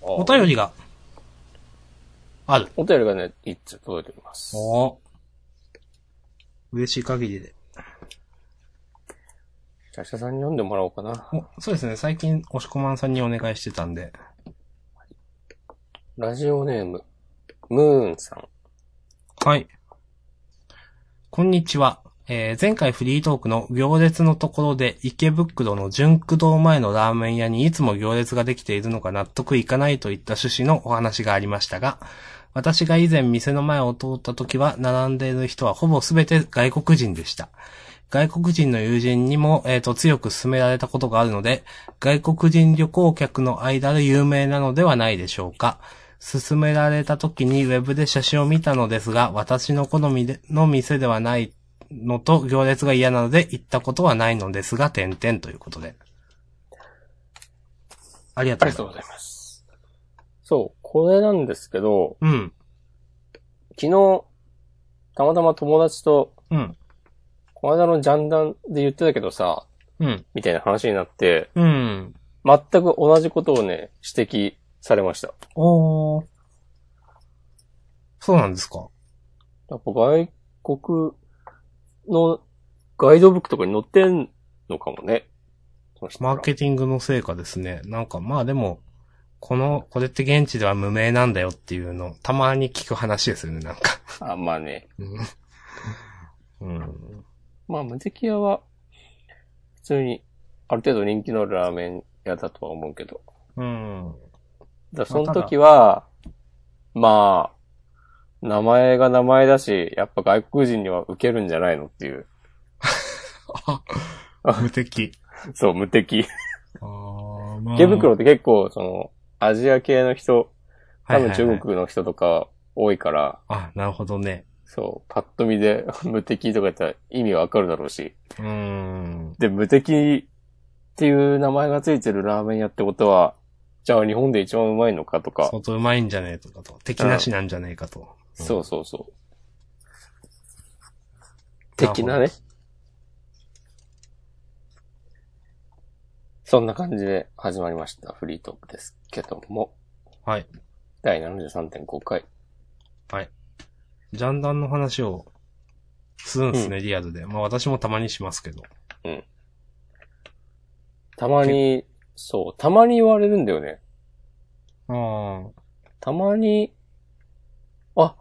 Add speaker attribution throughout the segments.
Speaker 1: お便りが、ある。
Speaker 2: お便りがね、一通届いております。
Speaker 1: お嬉しい限りで。
Speaker 2: じゃあ、社さんに読んでもらおうかな。
Speaker 1: おそうですね、最近、押し込まんさんにお願いしてたんで。
Speaker 2: ラジオネーム、ムーンさん。
Speaker 1: はい。こんにちは。えー前回フリートークの行列のところで池袋の純駆堂前のラーメン屋にいつも行列ができているのが納得いかないといった趣旨のお話がありましたが、私が以前店の前を通った時は並んでいる人はほぼ全て外国人でした。外国人の友人にも、えーと強く勧められたことがあるので、外国人旅行客の間で有名なのではないでしょうか。勧められた時にウェブで写真を見たのですが、私の好みでの店ではないのと行列が嫌なので行ったことはないのですが、点々ということで。ありが
Speaker 2: あ
Speaker 1: とう
Speaker 2: り
Speaker 1: ご
Speaker 2: が
Speaker 1: ざ
Speaker 2: と
Speaker 1: いうま
Speaker 2: ご
Speaker 1: す。
Speaker 2: ざいます。そう、これなんですけど、
Speaker 1: うん、
Speaker 2: 昨日、たまたま友達と、
Speaker 1: うん、
Speaker 2: この間のジャンダンで言ってたけどさ、
Speaker 1: うん、
Speaker 2: みたいな話になって、
Speaker 1: うん。
Speaker 2: 全く同じことをね、指摘されました。
Speaker 1: おー。そうなんですか。
Speaker 2: やっぱ外国のガイドブックとかに載ってんのかもね。そしたら
Speaker 1: マーケティングの成果ですね。なんかまあでも、この、これって現地では無名なんだよっていうの、たまに聞く話ですよね、なんか。
Speaker 2: あ、まあね。
Speaker 1: うん。うん
Speaker 2: まあ、ムテキヤは、普通に、ある程度人気のあるラーメン屋だとは思うけど。
Speaker 1: うん。
Speaker 2: だからその時は、まあ、名前が名前だし、やっぱ外国人には受けるんじゃないのっていう。
Speaker 1: あ、無敵。
Speaker 2: そう、無敵。
Speaker 1: あーまあ
Speaker 2: 池袋って結構、その、アジア系の人、多分中国の人とか多いから、
Speaker 1: あ、なるほどね。
Speaker 2: そう、パッと見で 無敵とか言ったら意味わかるだろうし。
Speaker 1: うーん。
Speaker 2: で、無敵っていう名前がついてるラーメン屋ってことは、じゃあ日本で一番うまいのかとか、
Speaker 1: 相当うまいんじゃねえとかと。敵なしなんじゃねえかと。うん
Speaker 2: そうそうそう。
Speaker 1: なるほど
Speaker 2: 的なね。そんな感じで始まりました。フリートークですけども、
Speaker 1: はい。
Speaker 2: 第73.5回。
Speaker 1: ジャンダンの話をするんですね、リアルで。まあ私もたまにしますけど。
Speaker 2: たまに、そう、たまに言われるんだよね。
Speaker 1: あ
Speaker 2: たまに、あ、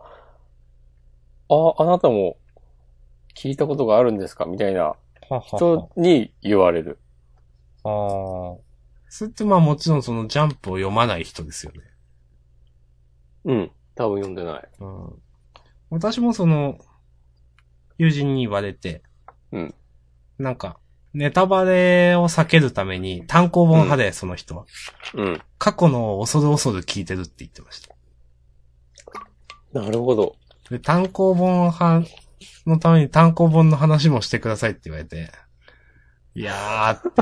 Speaker 2: あ、あなたも聞いたことがあるんですかみたいな
Speaker 1: あ。ははは
Speaker 2: 人に言われる。
Speaker 1: ああ。それってまあもちろんそのジャンプを読まない人ですよね。
Speaker 2: うん。多分読んでない。
Speaker 1: うん。私もその、友人に言われて、
Speaker 2: うん。
Speaker 1: なんか、ネタバレを避けるために単行本派で、その人は。
Speaker 2: うん。
Speaker 1: 過去のを恐る恐る聞いてるって言ってました。
Speaker 2: なるほど。
Speaker 1: で、単行本派のために単行本の話もしてくださいって言われて、いやー って。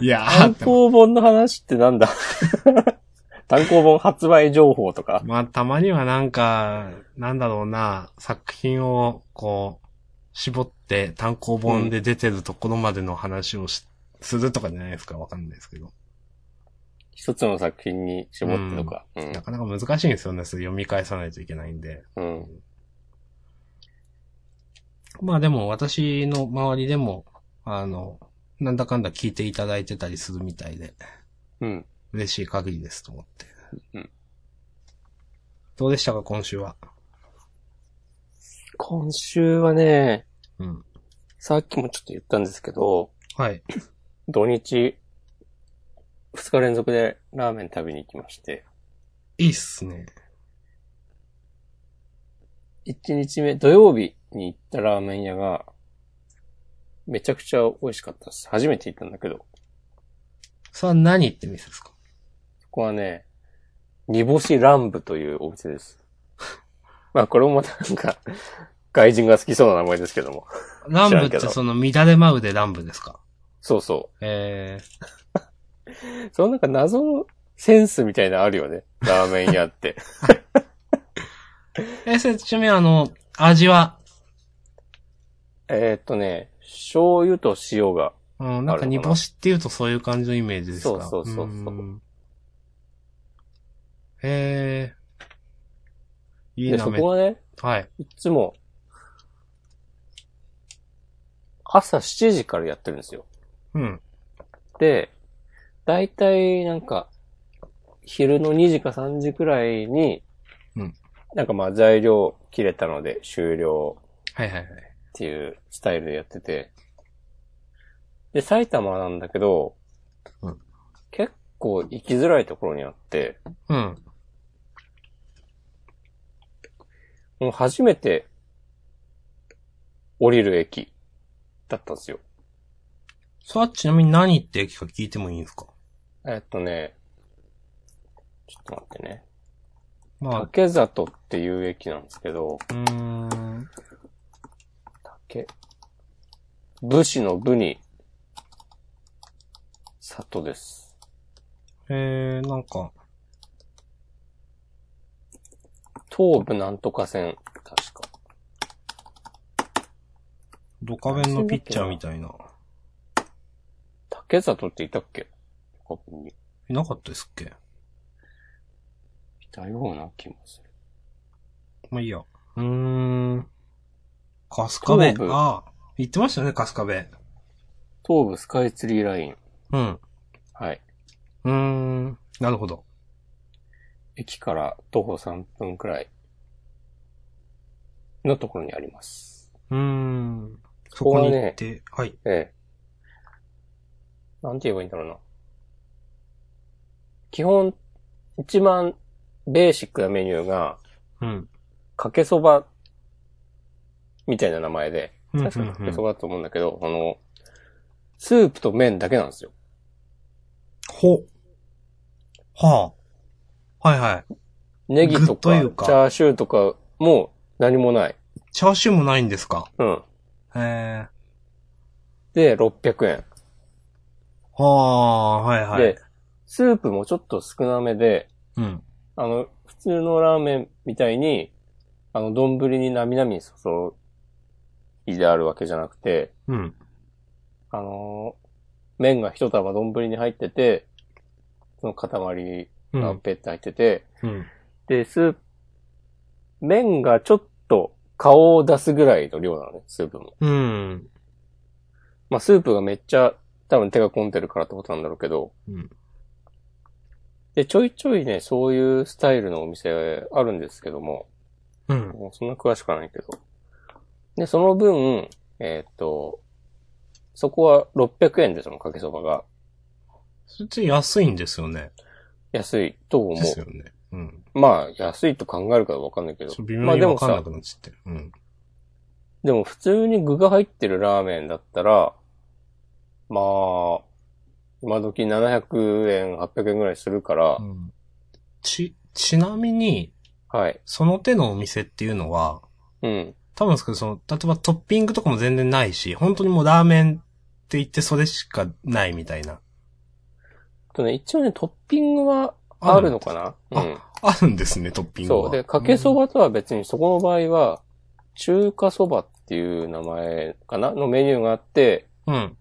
Speaker 1: いやー
Speaker 2: 単
Speaker 1: って思っ
Speaker 2: 行
Speaker 1: て。
Speaker 2: 本の話ってなんだ 単行本発売情報とか。
Speaker 1: まあ、たまにはなんか、なんだろうな、作品を、こう、絞って単行本で出てるところまでの話をし、するとかじゃないですか、わかんないですけど。
Speaker 2: 一つの作品に絞ってとか。うん
Speaker 1: な。かなか難しいんですよね、それ読み返さないといけないんで。
Speaker 2: うん。
Speaker 1: まあでも私の周りでも、あの、なんだかんだ聞いていただいてたりするみたいで、
Speaker 2: うん。
Speaker 1: 嬉しい限りですと思って。
Speaker 2: うん
Speaker 1: どうでしたか、今週は。
Speaker 2: 今週はね、
Speaker 1: うん。
Speaker 2: さっきもちょっと言ったんですけど、
Speaker 1: はい。
Speaker 2: 土日、二日連続でラーメン食べに行きまして。
Speaker 1: いいっすね。
Speaker 2: 一日目、土曜日に行ったラーメン屋が、めちゃくちゃ美味しかったです。初めて行ったんだけど、
Speaker 1: それは何って店ですか
Speaker 2: そこはね、煮干し乱舞というお店です。 まあこれもまたなんか、外人が好きそうな名前ですけども。
Speaker 1: ラン
Speaker 2: 知ら
Speaker 1: ブっ
Speaker 2: んけ
Speaker 1: て
Speaker 2: ど
Speaker 1: その乱れ舞うでランブですか
Speaker 2: そうそ
Speaker 1: え
Speaker 2: う。そのなんか謎のセンスみたいなのあるよね。ラーメン屋って。
Speaker 1: ー、え、それちなみにあの、味は、
Speaker 2: えーっとね、醤油と塩が、
Speaker 1: うん、なんか煮干しっていうとそういう感じのイメージですか
Speaker 2: そうそうそうそう
Speaker 1: うんええいい
Speaker 2: で、
Speaker 1: な、
Speaker 2: そ
Speaker 1: め
Speaker 2: こはね、
Speaker 1: はい。
Speaker 2: いつも、朝7時からやってるんですよ。
Speaker 1: うん。
Speaker 2: で、だいたいなんか、昼の2時か3時くらいに、
Speaker 1: うん
Speaker 2: なんかまあ材料切れたので終了
Speaker 1: はいはいはい。
Speaker 2: っていうスタイルでやってて。で、埼玉なんだけど、
Speaker 1: うん
Speaker 2: 結構行きづらいところにあって、
Speaker 1: うん。
Speaker 2: もう初めて降りる駅だったんですよ。
Speaker 1: それはちなみに何って駅か聞いてもいいんですか
Speaker 2: えっとね、ちょっと待ってね。
Speaker 1: まあ、
Speaker 2: 竹里っていう駅なんですけど、
Speaker 1: うーん。
Speaker 2: 竹。武士の武に、里です。
Speaker 1: えー、なんか、
Speaker 2: 東武なんとか線、確か。
Speaker 1: ドカベンのピッチャーみたいな。
Speaker 2: 竹里っていたっけここに。
Speaker 1: いなかったですっけ
Speaker 2: いたような気もする。
Speaker 1: まあいいや。うーん。カスカベ
Speaker 2: 東。部
Speaker 1: ああ。言ってましたね、カスカベ。
Speaker 2: 東武スカイツリーライン。
Speaker 1: うん。
Speaker 2: はい。
Speaker 1: うーん。なるほど。
Speaker 2: 駅から徒歩3分くらいのところにあります。
Speaker 1: うーん。そ
Speaker 2: こ
Speaker 1: こ
Speaker 2: はね
Speaker 1: に行って、はい。
Speaker 2: ええ。なんて言えばいいんだろうな。基本、一番ベーシックなメニューが、
Speaker 1: うん。
Speaker 2: かけそば、みたいな名前で、
Speaker 1: うん
Speaker 2: 確かかけそ
Speaker 1: うん
Speaker 2: ばだと思うんだけど、あの、スープと麺だけなんですよ。
Speaker 1: ほ。はあ。はいはい。
Speaker 2: ネギと
Speaker 1: 具と
Speaker 2: か、
Speaker 1: いうか
Speaker 2: チャーシューとかも何もない。
Speaker 1: チャーシューもないんですか
Speaker 2: うん。
Speaker 1: え
Speaker 2: で、600円。
Speaker 1: ー。はあ、はいはい。
Speaker 2: で、スープもちょっと少なめで、
Speaker 1: うん。
Speaker 2: あの、普通のラーメンみたいに、あの、丼になみなみ注いであるわけじゃなくて、
Speaker 1: うん。
Speaker 2: あのー麺が一束丼に入ってて、その塊
Speaker 1: う
Speaker 2: が
Speaker 1: ん。
Speaker 2: ペッて入ってて、
Speaker 1: うん。
Speaker 2: で、スープ、麺がちょっと顔を出すぐらいの量なのね、スープも。
Speaker 1: うん。
Speaker 2: まあ、スープがめっちゃ多分手が込んでるからってことなんだろうけど、
Speaker 1: うん
Speaker 2: で、ちょいちょいね、そういうスタイルのお店あるんですけども、
Speaker 1: うん。
Speaker 2: もうそんな詳しくはないけど。で、その分、えーっと、そこは600円でそのかけそばが
Speaker 1: そっち安いんですよね。
Speaker 2: 安いと思
Speaker 1: ですよね。うん。
Speaker 2: う。まあ、安いと考えるかわかんないけど
Speaker 1: そう。微
Speaker 2: まあ
Speaker 1: 妙に
Speaker 2: で
Speaker 1: わ
Speaker 2: も
Speaker 1: かんな
Speaker 2: さ
Speaker 1: く、なっちゃってる。うん。
Speaker 2: でも普通に具が入ってるラーメンだったら、まあ、今時700円、800円ぐらいするから、
Speaker 1: うんち、ちなみに、
Speaker 2: はい。
Speaker 1: その手のお店っていうのは、
Speaker 2: うん。
Speaker 1: 多分ですけど、その、例えばトッピングとかも全然ないし、本当にもうラーメンって言ってそれしかないみたいな。
Speaker 2: とね、一応ね、トッピングはあるのかな
Speaker 1: あ
Speaker 2: うん。
Speaker 1: あるんですね、トッピングは。
Speaker 2: そう。で、かけそばとは別に、そこの場合は、中華そばっていう名前かなのメニューがあって、
Speaker 1: うん。うん。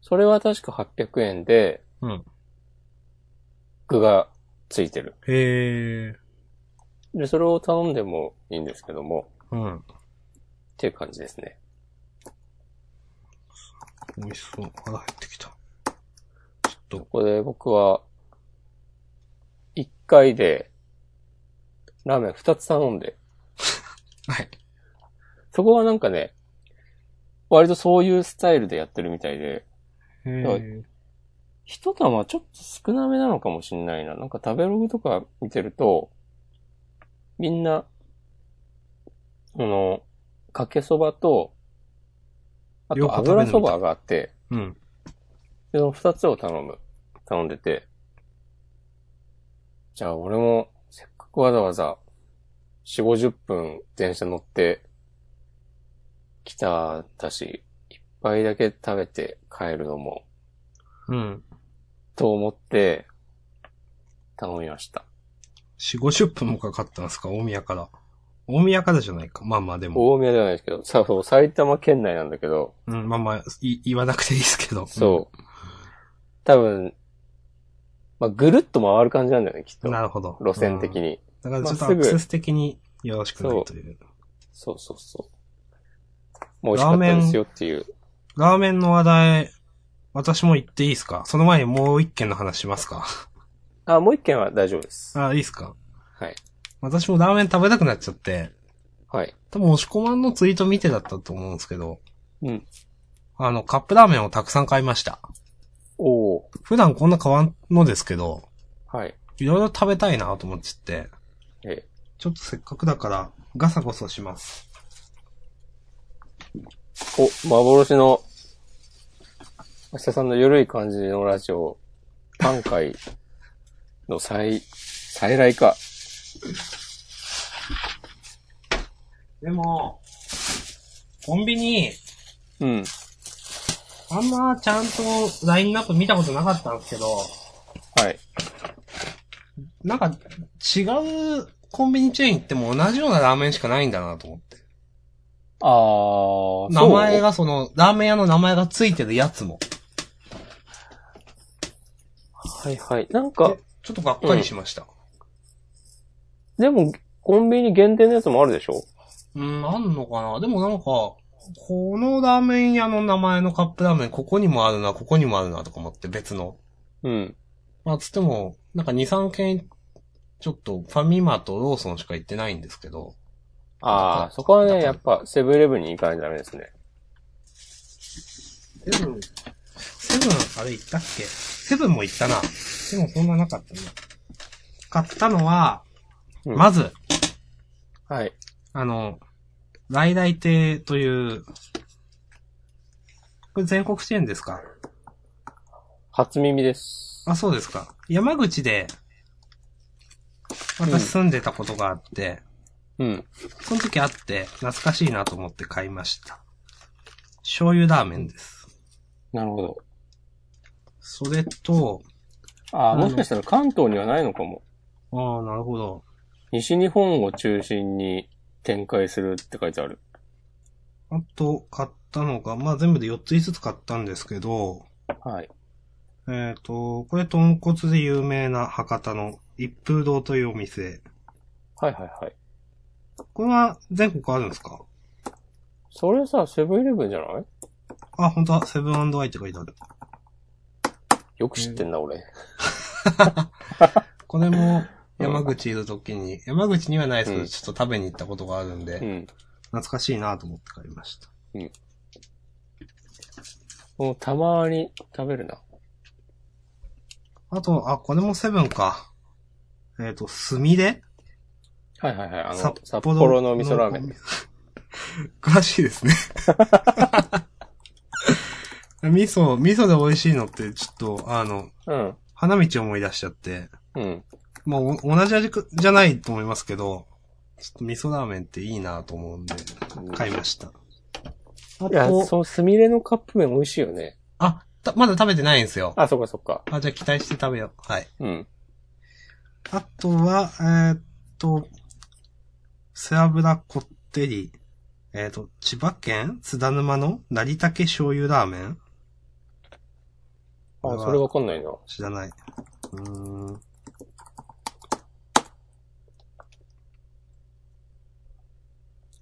Speaker 2: それは確か800円で、
Speaker 1: うん
Speaker 2: 具がついてる。
Speaker 1: へえ。
Speaker 2: で、それを頼んでもいいんですけども、
Speaker 1: うん。
Speaker 2: っていう感じですね。
Speaker 1: 美味しそう。腹入ってきた。ちょっと
Speaker 2: こ、こで僕は、1回で、ラーメン2つ頼んで、
Speaker 1: はい。
Speaker 2: そこはなんかね、割とそういうスタイルでやってるみたいで、
Speaker 1: へ
Speaker 2: は
Speaker 1: え。
Speaker 2: 一玉ちょっと少なめなのかもしんないな。なんか食べログとか見てると、みんな、この、かけそばと、あ
Speaker 1: よく
Speaker 2: と
Speaker 1: 食べるみたい
Speaker 2: 油そばがあって、
Speaker 1: うん。
Speaker 2: でその二つを頼む、頼んでて。じゃあ俺も、せっかくわざわざ、四五十分電車乗って、来ただし、一杯だけ食べて帰るのも、
Speaker 1: うん。
Speaker 2: と思って、頼みました。
Speaker 1: 四五十分もかかったんですか大宮から。大宮からじゃないか。まあまあでも。
Speaker 2: 大宮ではないですけど、さそう、埼玉県内なんだけど、
Speaker 1: うん、まあまあ、い言わなくていいですけど。
Speaker 2: そう。多分、まあ、ぐるっと回る感じなんだよね、きっと。
Speaker 1: なるほど。
Speaker 2: 路線的
Speaker 1: に。
Speaker 2: に。
Speaker 1: だからちょっ
Speaker 2: ま
Speaker 1: と
Speaker 2: あす
Speaker 1: ア
Speaker 2: ぐ
Speaker 1: クセス的によろしくないという。
Speaker 2: そうそうそう。もう美味しかったですよっていう。
Speaker 1: ラーメンの話題、私も言っていいですかその前にもう一件の話しますか
Speaker 2: あ、もう一件は大丈夫です。
Speaker 1: あ、いいですか
Speaker 2: はい。
Speaker 1: 私もラーメン食べたくなっちゃって、
Speaker 2: はい。
Speaker 1: 多分押し込まんのツイート見てだったと思うんですけど、
Speaker 2: うん。
Speaker 1: あの、カップラーメンをたくさん買いました。
Speaker 2: おー。
Speaker 1: 普段こんな買わんのですけど、
Speaker 2: はい。
Speaker 1: いろいろ食べたいなと思っちゃって、
Speaker 2: え
Speaker 1: ちょっとせっかくだから、ガサゴソします。
Speaker 2: ーお、幻の、明日さんの緩い感じのラジオ、短回の 再、再来か。
Speaker 1: でも、コンビニ、
Speaker 2: うん。
Speaker 1: あんまちゃんとラインナップ見たことなかったんですけど、
Speaker 2: はい。
Speaker 1: なんか違うコンビニチェーン行っても同じようなラーメンしかないんだなと思って。
Speaker 2: あー、
Speaker 1: 名前
Speaker 2: が。
Speaker 1: がその、ラーメン屋の名前がついてるやつも。
Speaker 2: はいはい。なんか
Speaker 1: で、ちょっとがっかりしました。
Speaker 2: でも、コンビニ限定のやつもあるでしょ
Speaker 1: うん、あんのかなでもなんか、このラーメン屋の名前のカップラーメン、ここにもあるな、ここにもあるな、とか思って別の。
Speaker 2: うん。
Speaker 1: まあ、つっても、なんか2、3軒、ちょっとファミマとローソンしか行ってないんですけど、
Speaker 2: ああ、そこは
Speaker 1: だか
Speaker 2: ね、
Speaker 1: ら
Speaker 2: やっぱ、セブンイレブンに行かないとダメですね。
Speaker 1: セブン、セブン、あれ行ったっけセブンも行ったな。でもそんななかったな。買ったのは、
Speaker 2: うん
Speaker 1: まず、
Speaker 2: はい。
Speaker 1: あの、来来亭という、これ全国支援ですか
Speaker 2: 初耳です。
Speaker 1: あ、そうですか。山口で、
Speaker 2: うん
Speaker 1: 私住んでたことがあって、
Speaker 2: うん。
Speaker 1: その時あって、懐かしいなと思って買いました。醤油ラーメンです。
Speaker 2: なるほど。
Speaker 1: それと、
Speaker 2: ああ、
Speaker 1: あの
Speaker 2: もしかしたら関東にはないのかも。
Speaker 1: ああ、なるほど。
Speaker 2: 西日本を中心に展開するって書いてある。
Speaker 1: あと、買ったのが、まあ、全部で4つ5つ買ったんですけど、
Speaker 2: はい。
Speaker 1: えっ、と、これ豚骨で有名な博多の一風堂というお店。
Speaker 2: はいはいはい。
Speaker 1: これは全国あるんですか
Speaker 2: それさ、セブンイレブンじゃない
Speaker 1: あ、本当はセブンアイって書いてある。
Speaker 2: よく知ってんな、俺。
Speaker 1: これも山口いるときに、山口にはないですけ
Speaker 2: うん
Speaker 1: ど、ちょっと食べに行ったことがあるんで、
Speaker 2: うん。
Speaker 1: 懐かしいなと思って買いました。
Speaker 2: もうたまに食べるな。
Speaker 1: あと、あ、これもセブンか。えっ、と、すみれ
Speaker 2: はいはいはい。あの、札幌の味噌ラーメン。。
Speaker 1: 詳しいですね。 味噌、味噌で美味しいのって、ちょっと、あの、
Speaker 2: うん。
Speaker 1: 花道思い出しちゃって、
Speaker 2: うん。
Speaker 1: まあ、お同じ味くじゃないと思いますけど、ちょっと味噌ラーメンっていいなと思うんで、買いました。あ
Speaker 2: いや、
Speaker 1: と、
Speaker 2: そのスミレのカップ麺美味しいよね。
Speaker 1: あ、たまだ食べてないんですよ。
Speaker 2: あ、そっかそっか。
Speaker 1: あ、じゃあ期待して食べよう。はい。
Speaker 2: うん。
Speaker 1: あとは、えーっと、背脂こってり。えーっと、千葉県津田沼の成竹醤油ラーメン
Speaker 2: あ、それわかんないな。
Speaker 1: 知らない。うーん。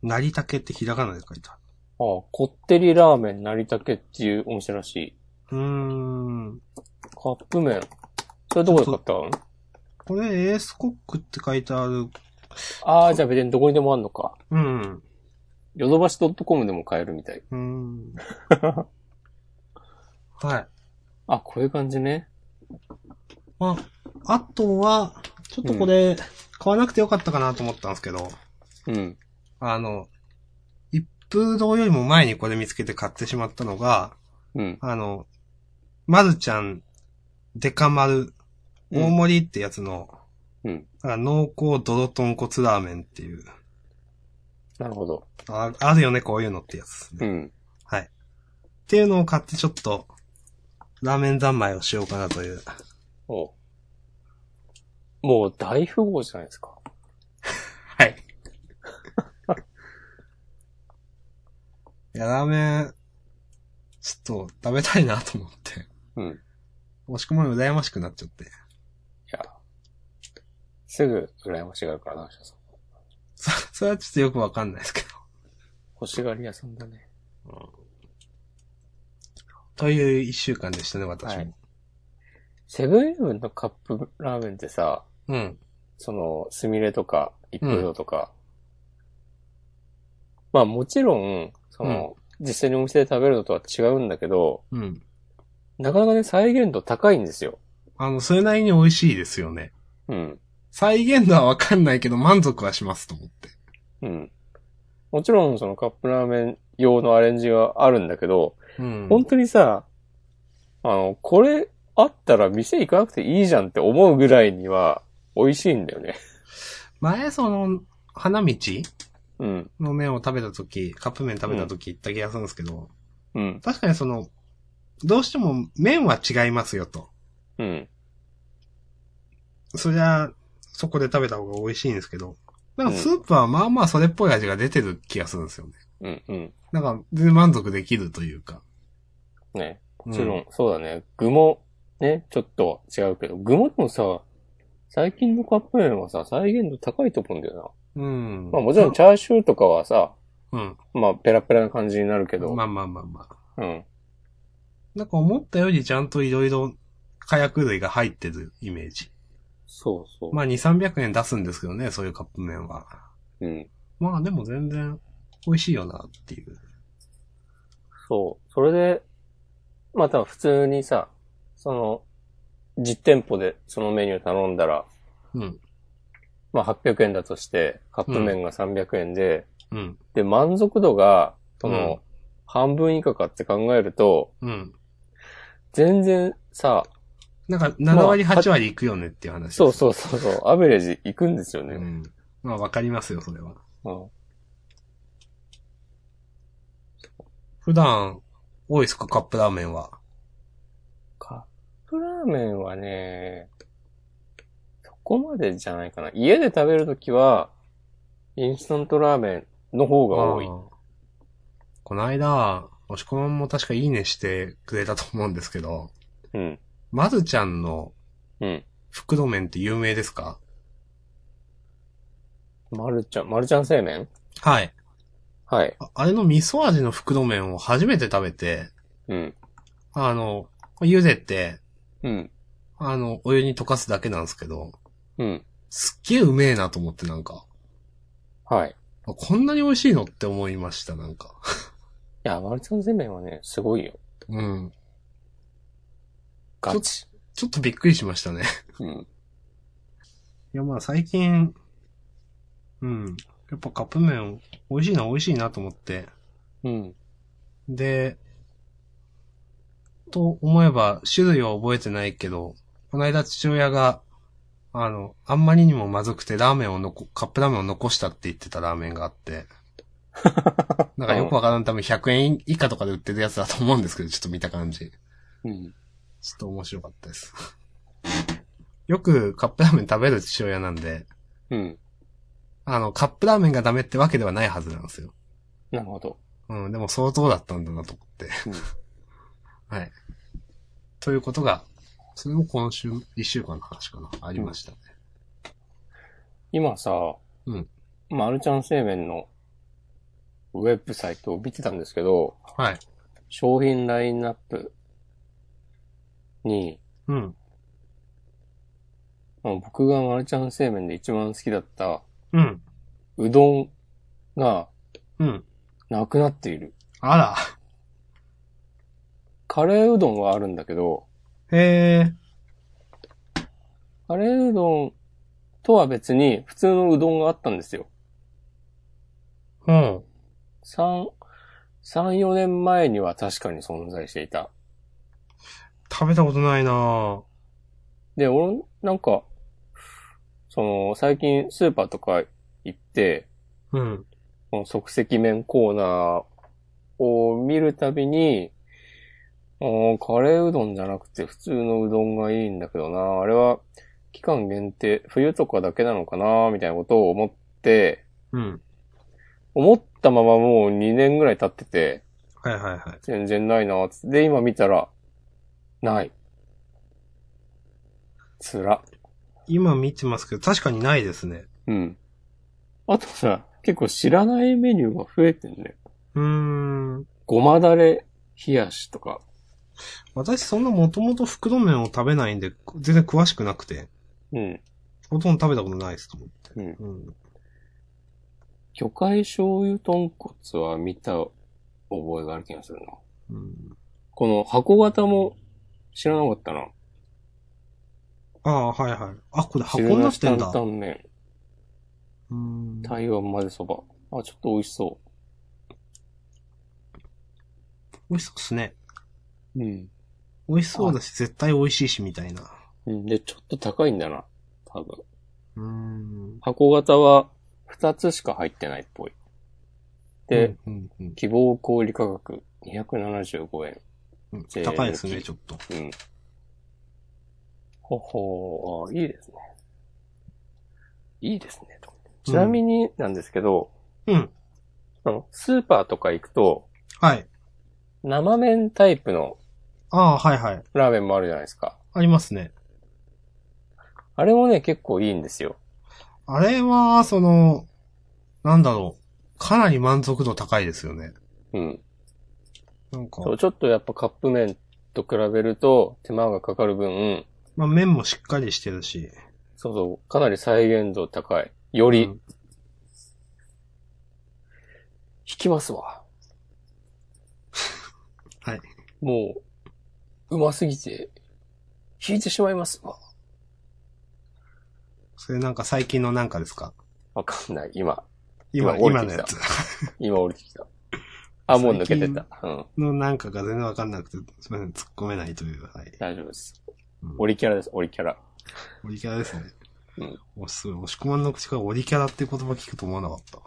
Speaker 1: 成竹ってひらがなで書いた。
Speaker 2: ああ、こってりラーメン成竹っていうお店らしい。
Speaker 1: うーん。
Speaker 2: カップ麺。それどこで買ったの
Speaker 1: これ、エースコックって書いてある。
Speaker 2: ああ、じゃあ別にどこにでもあんのか。
Speaker 1: うん。
Speaker 2: ヨドバシドットコムでも買えるみたい。
Speaker 1: うーん。はい。
Speaker 2: あ、こういう感じね。
Speaker 1: まあ、あとは、ちょっとこれ、買わなくてよかったかなと思ったんですけど、
Speaker 2: うん。
Speaker 1: あの、一風堂よりも前にこれ見つけて買ってしまったのが、
Speaker 2: うん。
Speaker 1: あの、まるちゃん、デカ丸、
Speaker 2: うん
Speaker 1: 大盛りってやつの、
Speaker 2: うん。
Speaker 1: あ濃厚泥豚骨ラーメンっていう、
Speaker 2: なるほど。
Speaker 1: ああるよね、こういうのってやつですね、
Speaker 2: うん。
Speaker 1: はい。っていうのを買ってちょっと、ラーメン三昧をしようかなという。
Speaker 2: おうもう大富豪じゃないですか。
Speaker 1: はい。いや、ラーメン、ちょっと食べたいなと思って。
Speaker 2: うん。
Speaker 1: 押し込まれ羨ましくなっちゃって。
Speaker 2: すぐ羨ましがるからな、アシャさん。
Speaker 1: そ、それはちょっとよくわかんないですけど。
Speaker 2: 欲しがり屋さんだね。
Speaker 1: という一週間でしたね、私も。
Speaker 2: はいセブンイレブンのカップラーメンってさ、
Speaker 1: うん。
Speaker 2: その、スミレとか、一風堂とか、まあもちろん、その、実際にお店で食べるのとは違うんだけど、
Speaker 1: うん。
Speaker 2: なかなかね、再現度高いんですよ。
Speaker 1: あの、それなりに美味しいですよね。
Speaker 2: うん。
Speaker 1: 再現度はわかんないけど、満足はしますと思って。
Speaker 2: うん。もちろん、そのカップラーメン用のアレンジはあるんだけど、
Speaker 1: うん。
Speaker 2: 本当にさ、あの、これあったら店行かなくていいじゃんって思うぐらいには美味しいんだよね。
Speaker 1: 前、その、花道
Speaker 2: うん。
Speaker 1: の麺を食べた時、カップ麺食べた時言った気がするんですけど、
Speaker 2: うん。
Speaker 1: 確かにその、どうしても麺は違いますよと。
Speaker 2: うん。
Speaker 1: そりゃ、そこで食べた方が美味しいんですけど、なんかスープはまあまあそれっぽい味が出てる気がするんですよね。
Speaker 2: うん。うん。
Speaker 1: なんか、全然満足できるというか。
Speaker 2: ね。
Speaker 1: うん
Speaker 2: もちろん、そうだね。具も、ね、ちょっとは違うけど、具もでもさ、最近のカップ麺はさ、再現度高いと思うんだよ
Speaker 1: うん。
Speaker 2: な。まあもちろんチャーシューとかはさ、
Speaker 1: うん。
Speaker 2: まあペラペラな感じになるけど、
Speaker 1: まあまあまあまあ。
Speaker 2: うん。
Speaker 1: なんか思ったよりちゃんといろいろ火薬類が入ってるイメージ。
Speaker 2: そうそう。
Speaker 1: まあ2、300円出すんですけどね、そういうカップ麺は。
Speaker 2: うん。
Speaker 1: まあでも全然美味しいよなっていう。
Speaker 2: そう。それで、また普通にさ、その、実店舗でそのメニュー頼んだら、
Speaker 1: うん。
Speaker 2: まあ800円だとして、カップ麺が300円で、
Speaker 1: うん。
Speaker 2: で、満足度が、そ
Speaker 1: うん
Speaker 2: の、半分以下かって考えると、
Speaker 1: うん。
Speaker 2: 全然さ、
Speaker 1: なんか7割、8割いくよねっていう話です。
Speaker 2: そうそうそうそう、アベレージいくんですよ
Speaker 1: う
Speaker 2: ね。
Speaker 1: ん。まあわかりますよ、それは。
Speaker 2: うん
Speaker 1: 普段、多いですか、カップラーメンは。
Speaker 2: カップラーメンはね、そこまでじゃないかな。家で食べるときは、インスタントラーメンの方が多い。
Speaker 1: あーこの間、押し込まんも確かいいねしてくれたと思うんですけど、
Speaker 2: うん。
Speaker 1: まずちゃんの
Speaker 2: うん。
Speaker 1: 袋麺って有名ですか
Speaker 2: マルちゃん、マルちゃん製麺
Speaker 1: はい。
Speaker 2: はい。
Speaker 1: ああれの味噌味の袋麺を初めて食べて、
Speaker 2: うん。
Speaker 1: あの、茹でて、
Speaker 2: うん。
Speaker 1: あの、お湯に溶かすだけなんですけど、
Speaker 2: うん。
Speaker 1: すっげえうめえなと思ってなんか、
Speaker 2: はい。い
Speaker 1: あこんなに美味しいのって思いました、なんか。
Speaker 2: や、マルちゃん製麺はね、すごいよ。
Speaker 1: うん。
Speaker 2: ガチ。
Speaker 1: ちょっとびっくりしましたね。
Speaker 2: うん。
Speaker 1: いや、まあ最近、うん。やっぱカップ麺、美味しいな、美味しいなと思って。
Speaker 2: うん。
Speaker 1: で、と思えば、種類は覚えてないけど、この間父親が、あの、あんまりにもまずくてラーメンをのこ、カップラーメンを残したって言ってたラーメンがあって、なんかよくわからん多分100円以下とかで売ってるやつだと思うんですけど、ちょっと見た感じ。ちょ
Speaker 2: うん。
Speaker 1: っと面白かったです。よくカップラーメン食べる父親なんで、
Speaker 2: うん。
Speaker 1: あの、カップラーメンがダメってわけではないはずなんですよ。
Speaker 2: なるほど。
Speaker 1: うん、でも相当だったんだなと思って。 はい。ということが、それも今週、一週間の話かな、ありましたね。
Speaker 2: 今さ、
Speaker 1: うん。
Speaker 2: マルちゃん製麺のウェブサイトを見てたんですけど、
Speaker 1: はい。
Speaker 2: 商品ラインナップに、
Speaker 1: うん。
Speaker 2: あの僕がマルちゃん製麺で一番好きだった
Speaker 1: うん。
Speaker 2: うどんが
Speaker 1: うん。
Speaker 2: なくなっている。
Speaker 1: あら。
Speaker 2: カレーうどんはあるんだけど、
Speaker 1: へえ。
Speaker 2: カレーうどんとは別に普通のうどんがあったんですよ。
Speaker 1: うん。
Speaker 2: 3、3、4年前には確かに存在していた。
Speaker 1: 食べたことないなぁ。
Speaker 2: で、俺、なんか、その、最近スーパーとか行って、
Speaker 1: うん。
Speaker 2: この即席麺コーナーを見るたびに、あーカレーうどんじゃなくて普通のうどんがいいんだけどな。あれは期間限定、冬とかだけなのかな、みたいなことを思って、
Speaker 1: うん。
Speaker 2: 思ったままもう2年ぐらい経ってて、
Speaker 1: はいはいはい。
Speaker 2: 全然ないな、つって。で、今見たら、ない。つら。
Speaker 1: 今見てますけど、確かにないですね。
Speaker 2: うん。あとさ、結構知らないメニューが増えてんね。
Speaker 1: うーん。
Speaker 2: ごまだれ冷やしとか。
Speaker 1: 私そんなもともと袋麺を食べないんで、全然詳しくなくて、
Speaker 2: うん。
Speaker 1: ほとんど食べたことないですと思って。
Speaker 2: うん
Speaker 1: うん。
Speaker 2: 魚介醤油豚骨は見た覚えがある気がするな。
Speaker 1: うん、
Speaker 2: この箱型も知らなかったな。
Speaker 1: ああ、はいはい。あ、これ箱
Speaker 2: 汁
Speaker 1: にな
Speaker 2: な
Speaker 1: っ
Speaker 2: して
Speaker 1: ん
Speaker 2: 担
Speaker 1: だ。
Speaker 2: 々麺、
Speaker 1: うーん。
Speaker 2: 台湾まぜそば。あ、ちょっと美味しそ
Speaker 1: 美味しそうですね。
Speaker 2: う。うん。
Speaker 1: 美味しそうだし、絶対美味しいし、みたいな。
Speaker 2: で、ちょっと高いんだな。多分。
Speaker 1: うーん。
Speaker 2: 箱型は2つしか入ってないっぽい。で、
Speaker 1: うん、うん、
Speaker 2: 希望小売価格275円。
Speaker 1: うん。
Speaker 2: 税抜き
Speaker 1: 高いですね、ちょっと。
Speaker 2: うん。ほほー、あいいですね。いいですね。とちなみになんですけど、
Speaker 1: うん。
Speaker 2: あの、スーパーとか行くと、
Speaker 1: はい。
Speaker 2: 生麺タイプの
Speaker 1: ああ、はいはい。
Speaker 2: ラーメンもあるじゃないですか。
Speaker 1: ありますね。
Speaker 2: あれもね、結構いいんですよ。
Speaker 1: あれは、その、なんだろう。かなり満足度高いですよね。
Speaker 2: うん。
Speaker 1: なんか
Speaker 2: そ、う、ちょっとやっぱカップ麺と比べると手間がかかる分、
Speaker 1: まあ麺もしっかりしてるし。
Speaker 2: そうそう、かなり再現度高い。より、
Speaker 1: うん
Speaker 2: 引きますわ。
Speaker 1: はい。
Speaker 2: もう、うますぎて、引いてしまいますわ。
Speaker 1: それなんか最近のなんかですか
Speaker 2: わかんない、今。
Speaker 1: 今、
Speaker 2: 今降り
Speaker 1: 今
Speaker 2: て
Speaker 1: の
Speaker 2: きた
Speaker 1: やつ。
Speaker 2: 今降りてきた。あ、もう抜けて
Speaker 1: 最
Speaker 2: た。うん。
Speaker 1: のなんかが全然わかんなくて、すみません、突っ込めないという。はい。
Speaker 2: 大丈夫です
Speaker 1: うん。
Speaker 2: 折りキャラです、折りキャラ。
Speaker 1: オリキャラですね。
Speaker 2: うん
Speaker 1: おすごい、押し込まんの口からオリキャラっていう言葉聞くと思わなかった。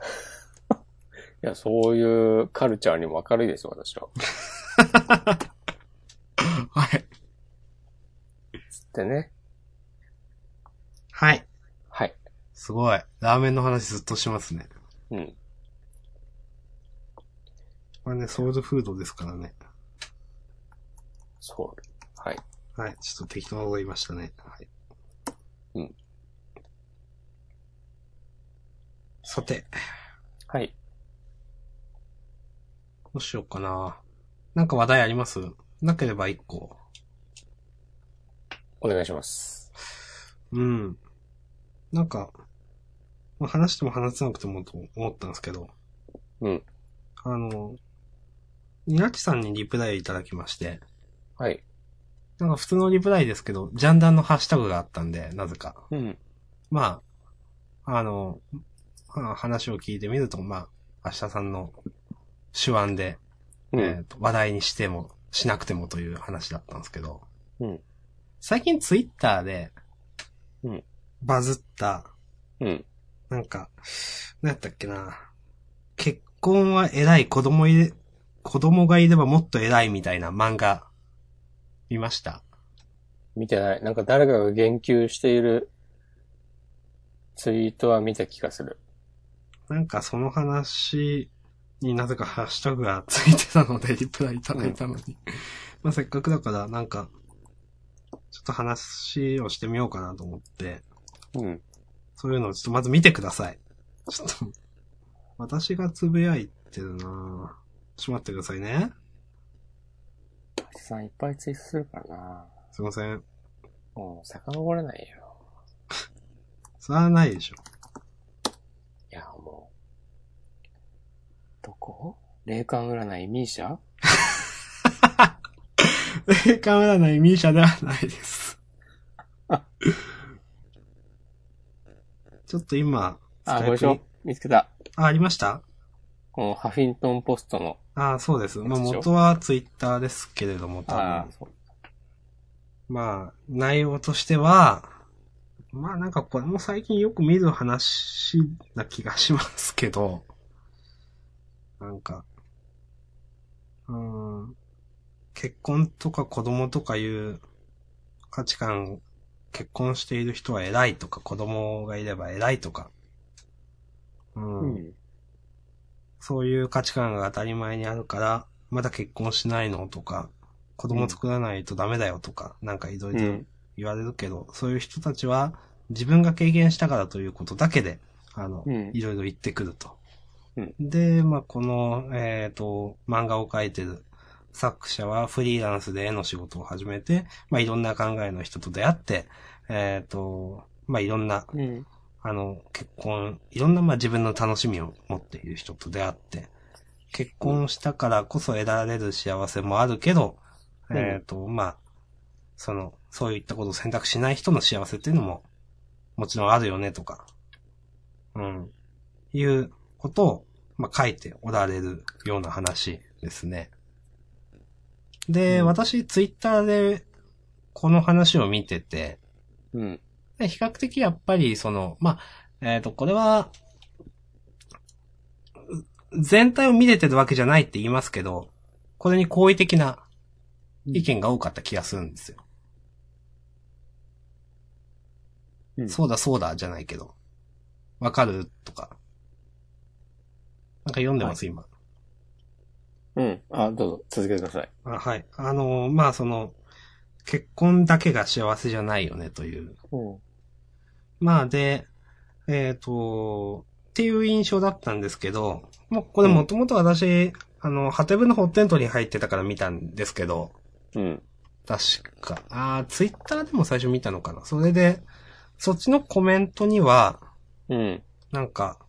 Speaker 2: いや、そういうカルチャーにも明るいですよ、私は。
Speaker 1: はい。
Speaker 2: つってね。
Speaker 1: はい。
Speaker 2: はい。
Speaker 1: すごい。ラーメンの話ずっとしますね。
Speaker 2: うん。
Speaker 1: これね、ソウルフードですからね。
Speaker 2: そう。はい。
Speaker 1: はい。ちょっと適当なこと言いましたね。はい。
Speaker 2: うん。
Speaker 1: さて、
Speaker 2: はい。
Speaker 1: どうしようかな。なんか話題ありますなければ一個。
Speaker 2: お願いします。
Speaker 1: うん。なんか、まあ、話しても話せなくてもと思ったんですけど。
Speaker 2: うん。
Speaker 1: あの、ニナチさんにリプライをいただきまして、
Speaker 2: はい。
Speaker 1: なんか普通のリプライですけど、ジャンダンのハッシュタグがあったんで、なぜか。
Speaker 2: うん。
Speaker 1: まあ、あの、まあ話を聞いてみると、まあ、明日さんの手腕で、
Speaker 2: うん。
Speaker 1: えーと話題にしても、しなくてもという話だったんですけど、
Speaker 2: うん
Speaker 1: 最近ツイッターで、
Speaker 2: うん
Speaker 1: バズった、
Speaker 2: うん。
Speaker 1: なんか、なんやったっけな。結婚は偉い、子供いれ、子供がいればもっと偉いみたいな漫画、見ました。
Speaker 2: 見てない。なんか誰かが言及しているツイートは見た気がする。
Speaker 1: なんかその話になぜかハッシュタグがついてたので、リプライいただいたのに。まあせっかくだから、なんか、ちょっと話をしてみようかなと思って、
Speaker 2: うん。
Speaker 1: そういうのをちょっとまず見てください。ちょっと、私がつぶやいてるなぁ。ちょっと待ってくださいね。
Speaker 2: おじさんいっぱいツイートするからな。
Speaker 1: すいません。
Speaker 2: もう遡れないよ。
Speaker 1: それはないで しょ。
Speaker 2: いや、もう。どこ霊感占いミーシャ
Speaker 1: 霊感占いミーシャではないです。 ちょっと今、
Speaker 2: あ、
Speaker 1: スカイプに
Speaker 2: ご一緒見つけた。
Speaker 1: あ、ありました
Speaker 2: このハフィントンポストの。
Speaker 1: あ、そうです。まあ
Speaker 2: ですよ
Speaker 1: 元はツイッターですけれども、多
Speaker 2: あ
Speaker 1: 分
Speaker 2: あ、。そう。
Speaker 1: まあ、内容としては、まあなんかこれも最近よく見る話な気がしますけど、なんか、うーん、結婚とか子供とかいう価値観、結婚している人は偉いとか、子供がいれば偉いとか、
Speaker 2: う
Speaker 1: うん、
Speaker 2: ん。
Speaker 1: そういう価値観が当たり前にあるから、まだ結婚しないのとか、子供作らないとダメだよとか、なんかいろいうろ
Speaker 2: ん。
Speaker 1: 言われるけど、そういう人たちは自分が経験したからということだけで、あの、
Speaker 2: うん
Speaker 1: いろいろ言ってくると。
Speaker 2: うん
Speaker 1: で、まあ、この、えっ、と、漫画を描いてる作者はフリーランスで絵の仕事を始めて、まあ、いろんな考えの人と出会って、えっ、と、まあ、いろんな、
Speaker 2: うん。
Speaker 1: あの、結婚、いろんな、まあ、自分の楽しみを持っている人と出会って、結婚したからこそ得られる幸せもあるけど、
Speaker 2: うん
Speaker 1: えっ、と、まあ、その、そういったことを選択しない人の幸せっていうのも、もちろんあるよね、とか、うん、いうことを、まあ、書いておられるような話ですね。で、
Speaker 2: うん
Speaker 1: 私、ツイッターで、この話を見てて、
Speaker 2: うん。
Speaker 1: で比較的やっぱり、その、まあ、えっ、と、これは、う全体を見れてるわけじゃないって言いますけど、これに好意的な意見が多かった気がするんですよ。
Speaker 2: うん
Speaker 1: そうだそうだじゃないけど、わかるとか。なんか読んでます、今。
Speaker 2: うん。あ、どうぞ、続けてください。
Speaker 1: あはい。あのーまあ、その、結婚だけが幸せじゃないよねという
Speaker 2: うん。
Speaker 1: まあで、えっ、と、っていう印象だったんですけど、もうこれもともと私、あの、ハテブのホッテントに入ってたから見たんですけど、
Speaker 2: うん。
Speaker 1: 確か。ああ、ツイッターでも最初見たのかな。それで、そっちのコメントには、
Speaker 2: うん。
Speaker 1: なんか、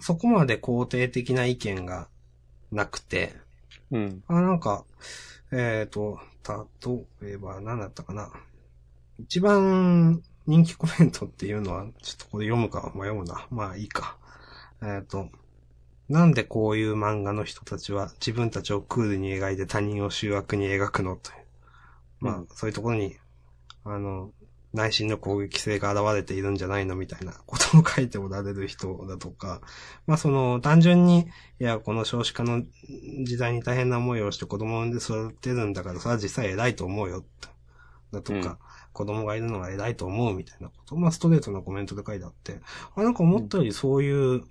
Speaker 1: そこまで肯定的な意見がなくて、
Speaker 2: うん。
Speaker 1: あ、なんか、えっ、と、例えば、何だったかな。一番人気コメントっていうのは、ちょっとこれ読むか迷うな。まあいいか。えっ、と、なんでこういう漫画の人たちは自分たちをクールに描いて他人を醜悪に描くのという。まあ、
Speaker 2: うん
Speaker 1: そういうところに、あの、内心の攻撃性が現れているんじゃないのみたいなことを書いておられる人だとか、まあその、単純に、いや、この少子化の時代に大変な思いをして子供を産んで育てるんだから、それは実際偉いと思うよ、とだとか、
Speaker 2: うん
Speaker 1: 子供がいるのは偉いと思うみたいなこと、まあストレートなコメントで書いてあって、あ、なんか思ったよりそういう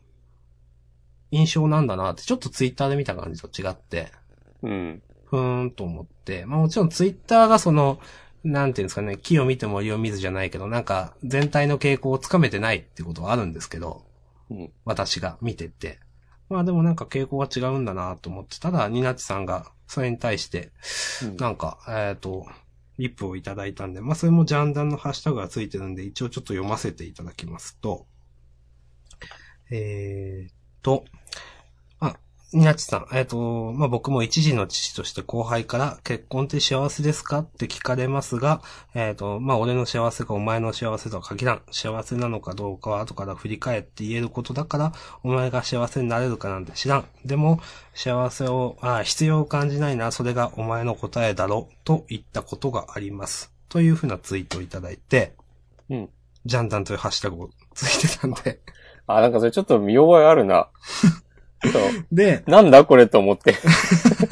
Speaker 1: 印象なんだなって、ちょっとツイッターで見た感じと違って、
Speaker 2: うん。
Speaker 1: ふーんと思って、まあもちろんツイッターがその、なんていうんですかね、木を見て森を見ずじゃないけど、なんか全体の傾向をつかめてないってことはあるんですけど、
Speaker 2: うん。
Speaker 1: 私が見てて。まあでもなんか傾向が違うんだなと思って、ただ、ニナッチさんがそれに対して、
Speaker 2: うん
Speaker 1: なんか、えっ、と、リップをいただいたんで、まあそれもジャンダンのハッシュタグがついてるんで、一応ちょっと読ませていただきますと、えーっと、あ、ニナッチさん、えっ、と、まあ僕も一時の父として後輩から、結婚って幸せですかって聞かれますが、えっ、と、まあ、俺の幸せがお前の幸せとは限らん。幸せなのかどうかは後から振り返って言えることだから、お前が幸せになれるかなんて知らん。でも、幸せを、あ必要を感じないな、それがお前の答えだろ、と言ったことがあります。というふうなツイートをいただいて、
Speaker 2: うん。
Speaker 1: ジャンダンというハッシュタグをついてたんで。
Speaker 2: あ、なんかそれちょっと見覚えあるな。そう。
Speaker 1: で、
Speaker 2: なんだこれと思 って。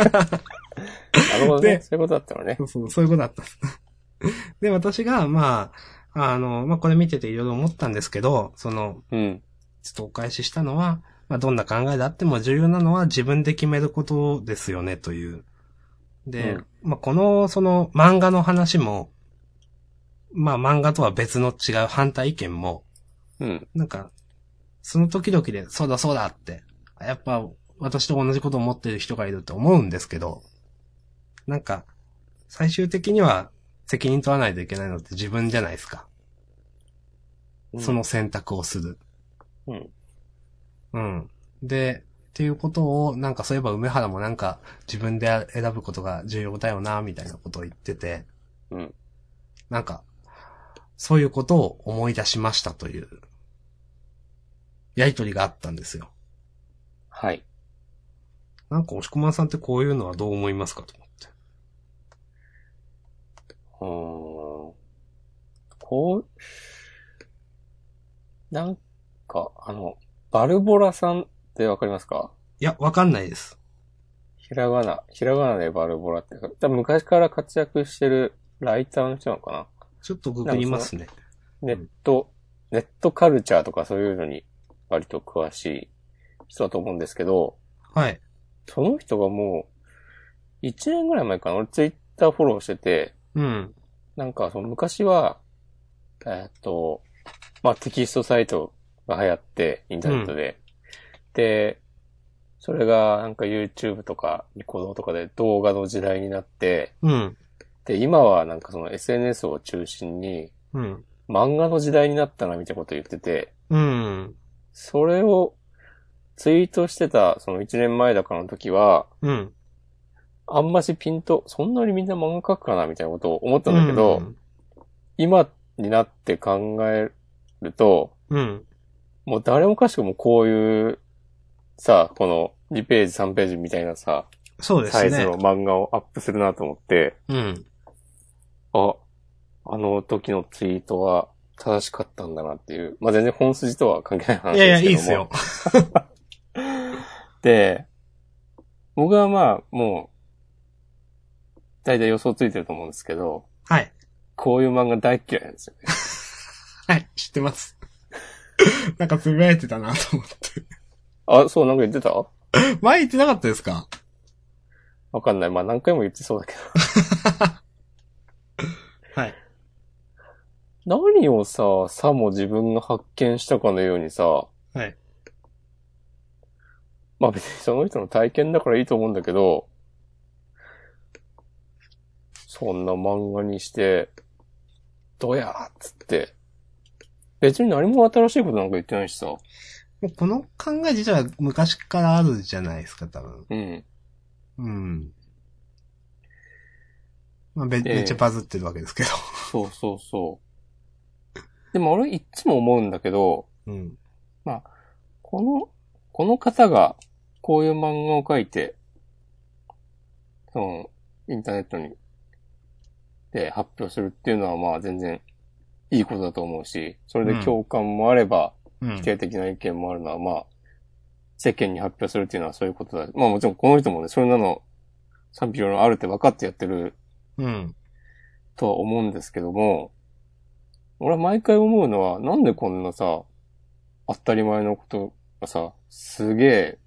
Speaker 2: なるほどね。
Speaker 1: で
Speaker 2: そういうことだったのね
Speaker 1: そ。うそう、そういうことだった んです。で、私が、まあ、あの、まあ、これ見てていろいろ思ったんですけど、その、
Speaker 2: うん。
Speaker 1: ちょっとお返ししたのは、まあ、どんな考えであっても重要なのは自分で決めることですよね、という。で、
Speaker 2: うん
Speaker 1: まあ、この、その、漫画の話も、まあ、漫画とは別の違う反対意見も、
Speaker 2: うん。
Speaker 1: なんか、その時々で、そうだそうだって、あやっぱ、私と同じことを思ってる人がいると思うんですけど、なんか、最終的には責任取らないといけないのって自分じゃないですか。その選択をする。
Speaker 2: うん。
Speaker 1: うん。で、っていうことを、なんかそういえば梅原もなんか自分で選ぶことが重要だよな、みたいなことを言ってて、
Speaker 2: うん。
Speaker 1: なんか、そういうことを思い出しましたという、やりとりがあったんですよ。
Speaker 2: はい。
Speaker 1: なんか押し込まんさんってこういうのはどう思いますかと思って。
Speaker 2: うーん。こう、なんか、あの、バルボラさんってわかりますか
Speaker 1: いや、わかんないです。
Speaker 2: ひらがな、ひらがなでバルボラって、多分昔から活躍してるライターの人なのかな
Speaker 1: ちょっとググりますね。
Speaker 2: ネット、ネットカルチャーとかそういうのに割と詳しい人だと思うんですけど、
Speaker 1: はい。
Speaker 2: その人がもう、1年ぐらい前かな、俺ツイッターフォローしてて、
Speaker 1: うん。
Speaker 2: なんかその昔は、えーっと、まあテキストサイトが流行って、インターネットで。で、それがなんか YouTube とかニコ動とかで動画の時代になって、
Speaker 1: うん。
Speaker 2: で、今はなんかその SNS を中心に
Speaker 1: うん。
Speaker 2: 漫画の時代になったなみたいなこと言ってて、
Speaker 1: うん。
Speaker 2: それをツイートしてたその1年前だからの時は、
Speaker 1: うん。
Speaker 2: あんましピンと、そんなにみんな漫画描くかなみたいなことを思ったんだけど、今になって考えると、
Speaker 1: うん。うん。
Speaker 2: もう誰もかしくもこういう、さ、この2ページ3ページみたいなさ、
Speaker 1: そうで
Speaker 2: サ
Speaker 1: す
Speaker 2: イズ
Speaker 1: ね
Speaker 2: の。漫画をアップするなと思って、
Speaker 1: うん。
Speaker 2: あ、あの時のツイートは正しかったんだなっていう。まあ、全然本筋とは関係ない話
Speaker 1: いやい
Speaker 2: で
Speaker 1: や、
Speaker 2: す
Speaker 1: い
Speaker 2: けども。
Speaker 1: いっすよ。
Speaker 2: で、僕はまあ、もう、だいたい予想ついてると思うんですけど、
Speaker 1: はい。
Speaker 2: こういう漫画大っ嫌いなんですよね。
Speaker 1: はい、知ってます。 なんかつぶやいてたなと思って。
Speaker 2: あ、そう、なんか言ってた
Speaker 1: 前言ってなかったですか
Speaker 2: わかんない。まあ何回も言ってそうだけ
Speaker 1: はい。
Speaker 2: ど。何をさ、さも自分が発見したかのようにさ、
Speaker 1: はい。
Speaker 2: まあ別にその人の体験だからいいと思うんだけど、そんな漫画にして、どやーっつって、別に何も新しいことなんか言ってないしさ、
Speaker 1: もうこの考え自体は昔からあるじゃないですか、多分。
Speaker 2: うん。
Speaker 1: うん。まあ、め
Speaker 2: ええ
Speaker 1: めっちゃバズってるわけですけど。
Speaker 2: そうそうそう。でも俺いっつも思うんだけど、
Speaker 1: うん。
Speaker 2: この、この方が、こういう漫画を描いて、その、インターネットに、で発表するっていうのはまあ全然いいことだと思うし、それで共感もあれば、
Speaker 1: うん
Speaker 2: 否定的な意見もあるのはまあ、世間に発表するっていうのはそういうことだ。まあもちろんこの人もね、それなの賛否両論あるって分かってやってる
Speaker 1: うん。
Speaker 2: とは思うんですけども、俺は毎回思うのは、なんでこんなさ、当たり前のことがさ、すげえ、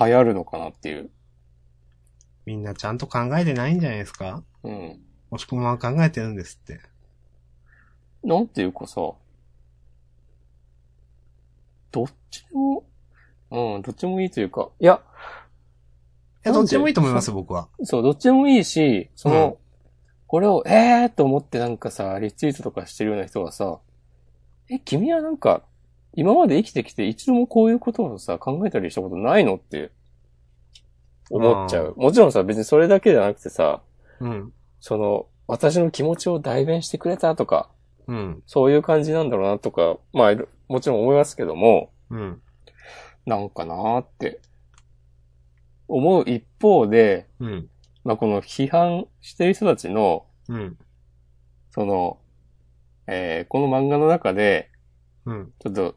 Speaker 2: 流行るのかなっていう。
Speaker 1: みんなちゃんと考えてないんじゃないですか
Speaker 2: うん。
Speaker 1: 押し込まは考えてるんですって。
Speaker 2: なんていうかさ、どっちでも、うん、どっちもいいというか、いや、
Speaker 1: いや、
Speaker 2: なん
Speaker 1: ど
Speaker 2: で
Speaker 1: っちでもいいと思います、僕は。
Speaker 2: そう、どっちでもいいし、その、
Speaker 1: うん
Speaker 2: これを、えーと思ってなんかさ、リツイートとかしてるような人がさ、え、君はなんか、今まで生きてきて一度もこういうことをさ、考えたりしたことないのって、思っちゃう。もちろんさ、別にそれだけじゃなくてさ、
Speaker 1: うん。
Speaker 2: その、私の気持ちを代弁してくれたとか、
Speaker 1: うん。
Speaker 2: そういう感じなんだろうなとか、まあ、いろもちろん思いますけども、
Speaker 1: うん。
Speaker 2: なんかなーって、思う一方で、
Speaker 1: うん。
Speaker 2: まあ、この批判してる人たちの、
Speaker 1: うん。
Speaker 2: その、えーこの漫画の中で、
Speaker 1: うん。
Speaker 2: ちょっと、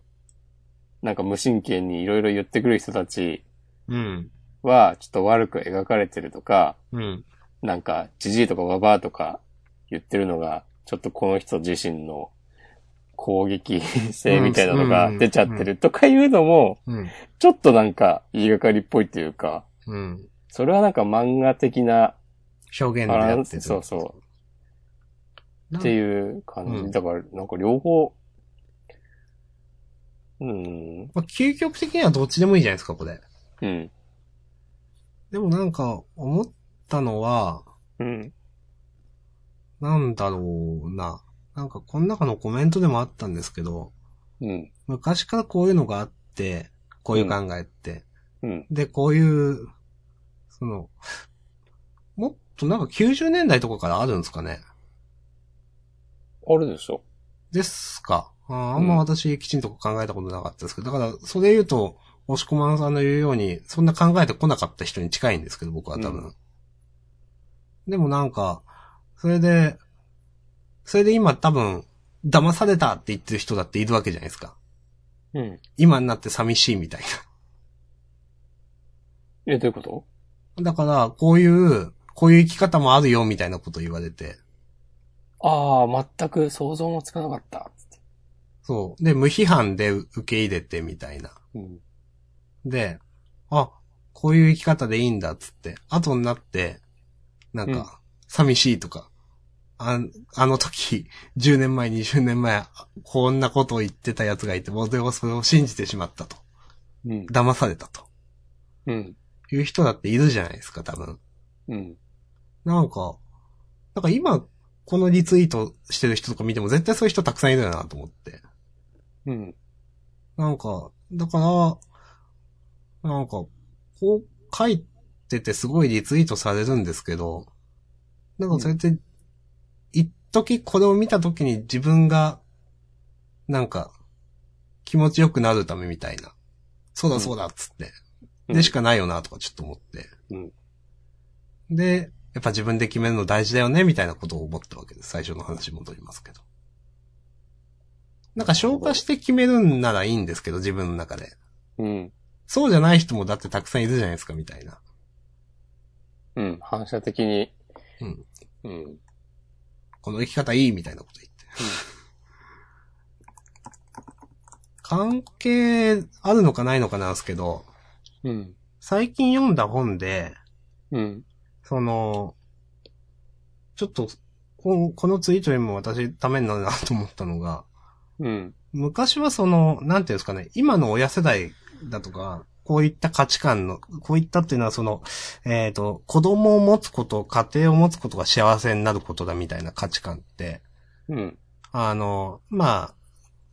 Speaker 2: なんか無神経にいろいろ言ってくる人たち
Speaker 1: うん。
Speaker 2: は、ちょっと悪く描かれてるとか、
Speaker 1: うん。
Speaker 2: なんか、じじいとかババアとか言ってるのが、ちょっとこの人自身の攻撃 性みたいなのが出ちゃってるとかいうのも、
Speaker 1: うん。
Speaker 2: ちょっとなんか言いがかりっぽいというか、
Speaker 1: うん。
Speaker 2: それはなんか漫画的な、
Speaker 1: 表現でやってる。。
Speaker 2: そうそうっていう感じ。
Speaker 1: うん
Speaker 2: だから、なんか両方、うん、
Speaker 1: まあ、究極的にはどっちでもいいじゃないですか、これ。
Speaker 2: うん、
Speaker 1: でもなんか、思ったのは、
Speaker 2: うん、
Speaker 1: なんだろうな。なんか、この中のコメントでもあったんですけど、
Speaker 2: うん、
Speaker 1: 昔からこういうのがあって、こういう考えって。
Speaker 2: うん、
Speaker 1: で、こういう、その、もっとなんか90年代とかからあるんですかね。
Speaker 2: あるでしょ。
Speaker 1: ですか。あーあ
Speaker 2: うん
Speaker 1: んま私きちんと考えたことなかったですけど、だから、それ言うと、押し込まんさんの言うように、そんな考えてこなかった人に近いんですけど、僕は多分。
Speaker 2: う
Speaker 1: でもなんか、それで、それで今多分、騙されたって言ってる人だっているわけじゃないですか。
Speaker 2: うん。
Speaker 1: 今になって寂しいみたい
Speaker 2: え、どういうこと
Speaker 1: な。 だから、こういう、こういう生き方もあるよみたいなこと言われて。
Speaker 2: ああ、全く想像もつかなかった。つって
Speaker 1: そう。で、無批判で受け入れてみたいな。
Speaker 2: うん、
Speaker 1: で、あ、こういう生き方でいいんだっつって、後になって、なん
Speaker 2: うん
Speaker 1: か、寂しいとか、あんあの時、10年 前、20年前、こんなことを言ってた奴がいて、俺はそれを信じてしまったと。
Speaker 2: うん。
Speaker 1: 騙されたと。
Speaker 2: うん。
Speaker 1: いう人だっているじゃないですか、多分。
Speaker 2: うん。
Speaker 1: なんか、なんか今、このリツイートしてる人とか見ても絶対そういう人たくさんいるよなと思って。
Speaker 2: うん。
Speaker 1: なんか、だから、なんか、こう書いててすごいリツイートされるんですけど、なんかそれって、一時これを見た時に自分が、なんか、気持ちよくなるためみたいな。そうだそうだっつって。
Speaker 2: うん
Speaker 1: でしかないよなとかちょっと思って。
Speaker 2: うん
Speaker 1: で、やっぱ自分で決めるの大事だよねみたいなことを思ったわけです。最初の話戻りますけど。なんか消化して決めるんならいいんですけど、自分の中で。
Speaker 2: うん。
Speaker 1: そうじゃない人もだってたくさんいるじゃないですか、みたいな。
Speaker 2: うん。反射的に。
Speaker 1: うん。
Speaker 2: うん。
Speaker 1: この生き方いいみたいなこと言って。関係あるのかないのかなんですけど、
Speaker 2: うん。
Speaker 1: 最近読んだ本で、
Speaker 2: うん。
Speaker 1: その、ちょっと、このこのツイートにも私ためになるなと思ったのが、
Speaker 2: うん。
Speaker 1: 昔はその、なんていうんですかね、今の親世代だとか、こういった価値観の、こういったっていうのはその、えっ、と、子供を持つこと、家庭を持つことが幸せになることだみたいな価値観って、
Speaker 2: うん。
Speaker 1: あの、まあ、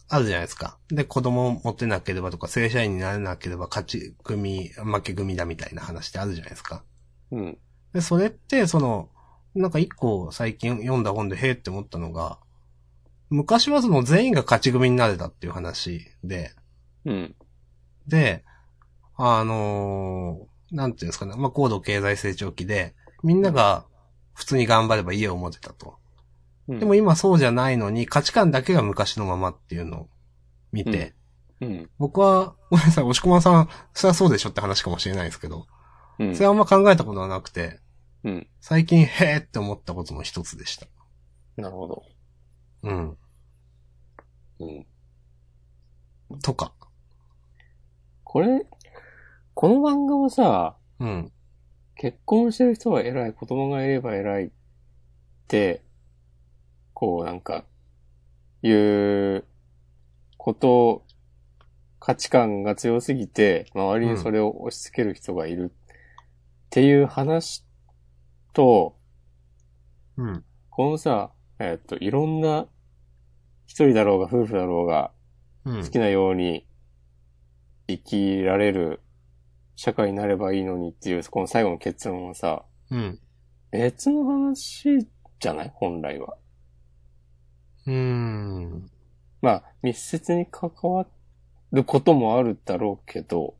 Speaker 1: あるじゃないですか。で、子供を持てなければとか、正社員になれなければ勝ち組、負け組だみたいな話ってあるじゃないですか。
Speaker 2: うん。
Speaker 1: で、それって、その、なんか一個最近読んだ本で、へえって思ったのが、昔はその全員が勝ち組になれたっていう話で、
Speaker 2: うん。
Speaker 1: で、あのーなんていうんですかね、まあ、高度経済成長期で、みんなが普通に頑張れば家を持てたと。
Speaker 2: うん。
Speaker 1: でも今そうじゃないのに、価値観だけが昔のままっていうのを見て、
Speaker 2: うんうん。
Speaker 1: 僕は、ごめんなさい、押し込まさん、そりゃそうでしょって話かもしれないですけど、
Speaker 2: うん
Speaker 1: それ。はあんま考えたことはなくて、
Speaker 2: うん。
Speaker 1: 最近、へえって思ったことの一つでした。
Speaker 2: なるほど。
Speaker 1: うん。
Speaker 2: うん。
Speaker 1: とか。
Speaker 2: これ、この漫画はさ、
Speaker 1: うん。
Speaker 2: 結婚してる人は偉い、子供がいれば偉いって、こうなんか、いうこと、価値観が強すぎて、周りにそれを押し付ける人がいるっていう話と、
Speaker 1: うん。
Speaker 2: このさ、えっと、いろんな、一人だろうが夫婦だろうが、
Speaker 1: うん
Speaker 2: 好きなように生きられる社会になればいいのにっていう、この最後の結論はさ、
Speaker 1: うん。
Speaker 2: 別の話じゃない本来は。
Speaker 1: うーん。
Speaker 2: まあ、密接に関わることもあるだろうけど、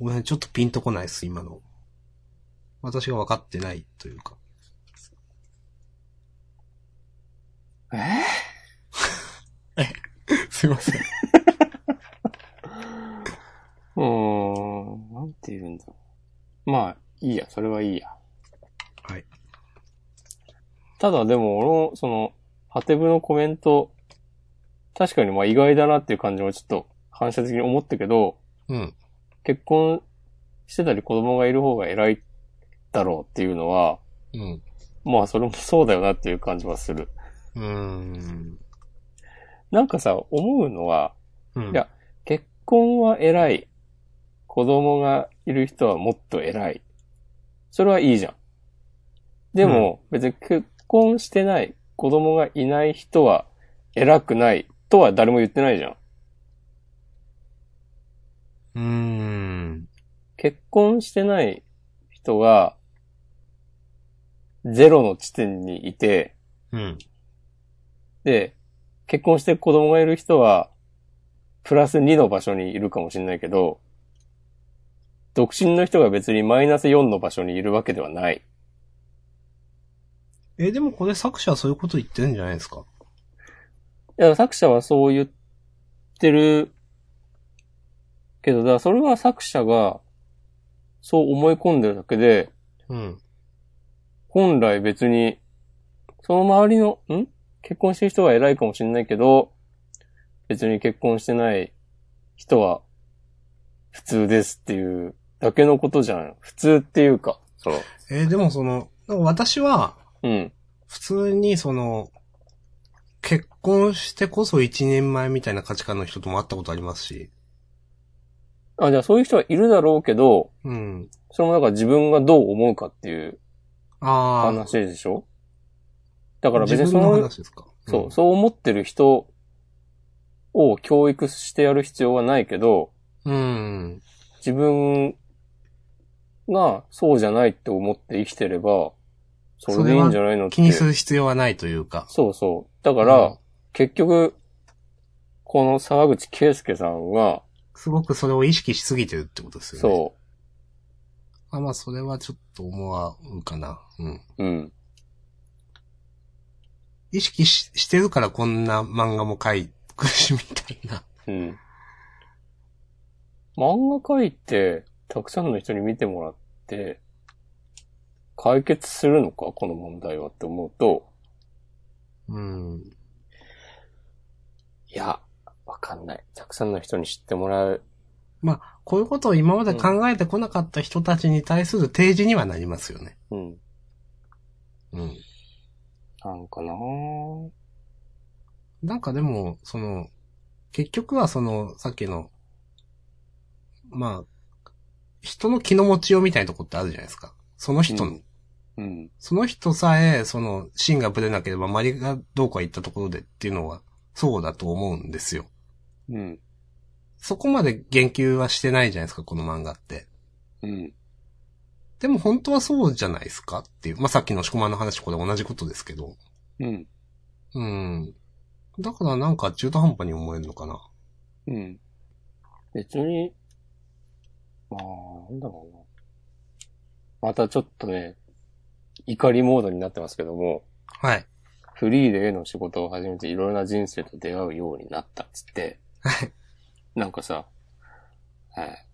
Speaker 1: ごめん、ちょっとピンとこないです、今の。私が分かってないというか。
Speaker 2: え
Speaker 1: すいません。
Speaker 2: うーん、なんて言うんだろう。まあ、いいや、それはいいや。
Speaker 1: はい。
Speaker 2: ただでも、俺も、その、ハテブのコメント、確かにまあ意外だなっていう感じもちょっと反射的に思ったけど、
Speaker 1: うん。
Speaker 2: 結婚してたり子供がいる方が偉いだろうっていうのは、
Speaker 1: うん。
Speaker 2: まあそれもそうだよなっていう感じはする。
Speaker 1: うーん。
Speaker 2: なんかさ、思うのは、
Speaker 1: うん。
Speaker 2: いや結婚は偉い。子供がいる人はもっと偉い。それはいいじゃん。でも、別に結婚してない、子供がいない人は偉くないとは誰も言ってないじゃん。
Speaker 1: うーん。
Speaker 2: 結婚してない人が、ゼロの地点にいて、
Speaker 1: うん。
Speaker 2: で、結婚して子供がいる人は、プラス2の場所にいるかもしれないけど、独身の人が別にマイナス4の場所にいるわけではない。
Speaker 1: え、でもこれ作者はそういうこと言ってるんじゃないですか
Speaker 2: いや、作者はそう言ってるけど、だからそれは作者がそう思い込んでるだけで、
Speaker 1: うん。
Speaker 2: 本来別に、その周りの、ん結婚してる人は偉いかもしれないけど、別に結婚してない人は普通ですっていうだけのことじゃん。普通っていうか、その、
Speaker 1: えーでもその、なんか私は、
Speaker 2: うん、
Speaker 1: 普通にその、結婚してこそ一人前みたいな価値観の人とも会ったことありますし。
Speaker 2: あ、じゃあそういう人はいるだろうけど、
Speaker 1: うん。
Speaker 2: それもなんか自分がどう思うかっていう
Speaker 1: ああ。
Speaker 2: 話でしょだから別
Speaker 1: 自
Speaker 2: にそ
Speaker 1: 分の
Speaker 2: の、
Speaker 1: 話ですか。
Speaker 2: そ
Speaker 1: ん
Speaker 2: う、そう思ってる人を教育してやる必要はないけど、
Speaker 1: うん。
Speaker 2: 自分がそうじゃないって思って生きてれば、それでいいんじゃないのって。
Speaker 1: 気にする必要はないというか。
Speaker 2: そうそう。だから、
Speaker 1: うん
Speaker 2: 結局、この沢口圭介さんが、
Speaker 1: すごくそれを意識しすぎてるってことですよね。
Speaker 2: そ
Speaker 1: あまあ、それはちょっと思わうかな。うん。
Speaker 2: う、うん、
Speaker 1: 意識ししてるからこんな漫画も描くし、みたいな。
Speaker 2: うん。漫画描いて、たくさんの人に見てもらって、解決するのかこの問題はって思うと、
Speaker 1: うん。
Speaker 2: いや、わかんない。たくさんの人に知ってもらう。
Speaker 1: こういうことを今まで考えてこなかった人たちに対する提示にはなりますよね。
Speaker 2: うん。
Speaker 1: うん。
Speaker 2: なんかなぁ。
Speaker 1: なんかでも、その、結局はその、さっきの、まあ、人の気の持ちようみたいなとこってあるじゃないですか。その人の、
Speaker 2: うんうん。
Speaker 1: その人さえ、その、芯がぶれなければ、周りがどうか言ったところでっていうのは、そうだと思うんですよ。
Speaker 2: うん。
Speaker 1: そこまで言及はしてないじゃないですか、この漫画って。
Speaker 2: うん。
Speaker 1: でも本当はそうじゃないですかっていう。まあ、さっきのしこまんの話とこれ同じことですけど。
Speaker 2: うん。
Speaker 1: うん。だからなんか中途半端に思えるのかな。
Speaker 2: うん。別に、まあ、なんだろうな。またちょっとね、怒りモードになってますけども、
Speaker 1: はい。
Speaker 2: フリーで絵の仕事を始めていろいろな人生と出会うようになったっつって、
Speaker 1: はい。
Speaker 2: なんかさ、はい。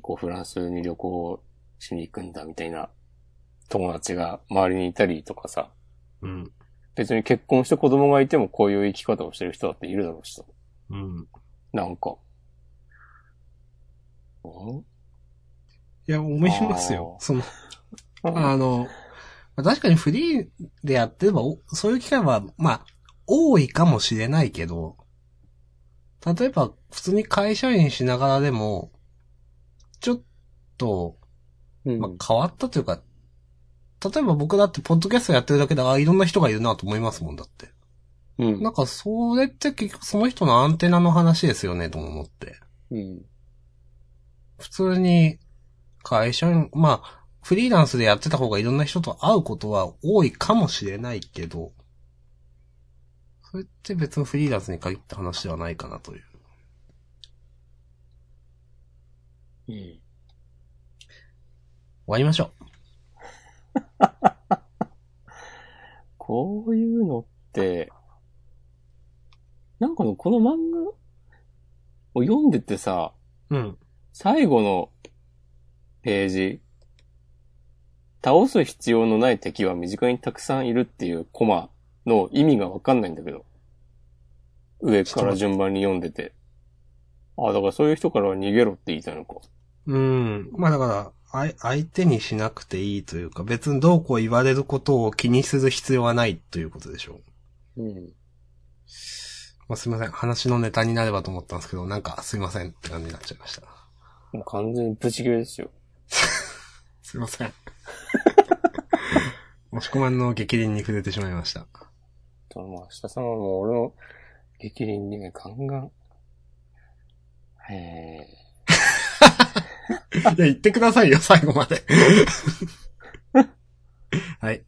Speaker 2: こうフランスに旅行しに行くんだみたいな友達が周りにいたりとかさ、
Speaker 1: うん。
Speaker 2: 別に結婚して子供がいてもこういう生き方をしてる人だっているだろうしさ。
Speaker 1: うん。
Speaker 2: なんか。うん
Speaker 1: いや、思いますよ。
Speaker 2: あー
Speaker 1: その、あの、まあ確かにフリーでやってれば、おそういう機会は、まあ、多いかもしれないけど、例えば、普通に会社員しながらでも、ちょっと、
Speaker 2: うん
Speaker 1: まあ、変わったというか、例えば僕だって、ポッドキャストやってるだけで、ああ、いろんな人がいるなと思いますもんだって。
Speaker 2: うん
Speaker 1: なんか、それって結局その人のアンテナの話ですよね、とも思って。
Speaker 2: うん。
Speaker 1: 普通に会社員、まあ、フリーランスでやってた方がいろんな人と会うことは多いかもしれないけど、それって別にフリーランスに限った話ではないかなという。
Speaker 2: うん。
Speaker 1: 終わりましょ
Speaker 2: こういうのって、なんかのこの漫画を読んでてさ、
Speaker 1: う。うん。
Speaker 2: 最後のページ、倒す必要のない敵は身近にたくさんいるっていうコマの意味がわかんないんだけど。上から順番に読んでて。あ、だからそういう人からは逃げろって言いたいのか。
Speaker 1: うん。まあだから、あい相手にしなくていいというか、別にどうこう言われることを気にする必要はないということでしょう。
Speaker 2: うん。
Speaker 1: まあすいません。話のネタになればと思ったんですけど、なんかすいませんって感じになっちゃいました。
Speaker 2: もう完全にブチ切れですよ。
Speaker 1: すいませ ん。もしこまんの激鱗に触れてしまいました。
Speaker 2: でも、明日さんはもう俺の激鱗にね、ガンガン。へ
Speaker 1: いや、言ってくださいよ、最後ま で。はい。
Speaker 2: ー。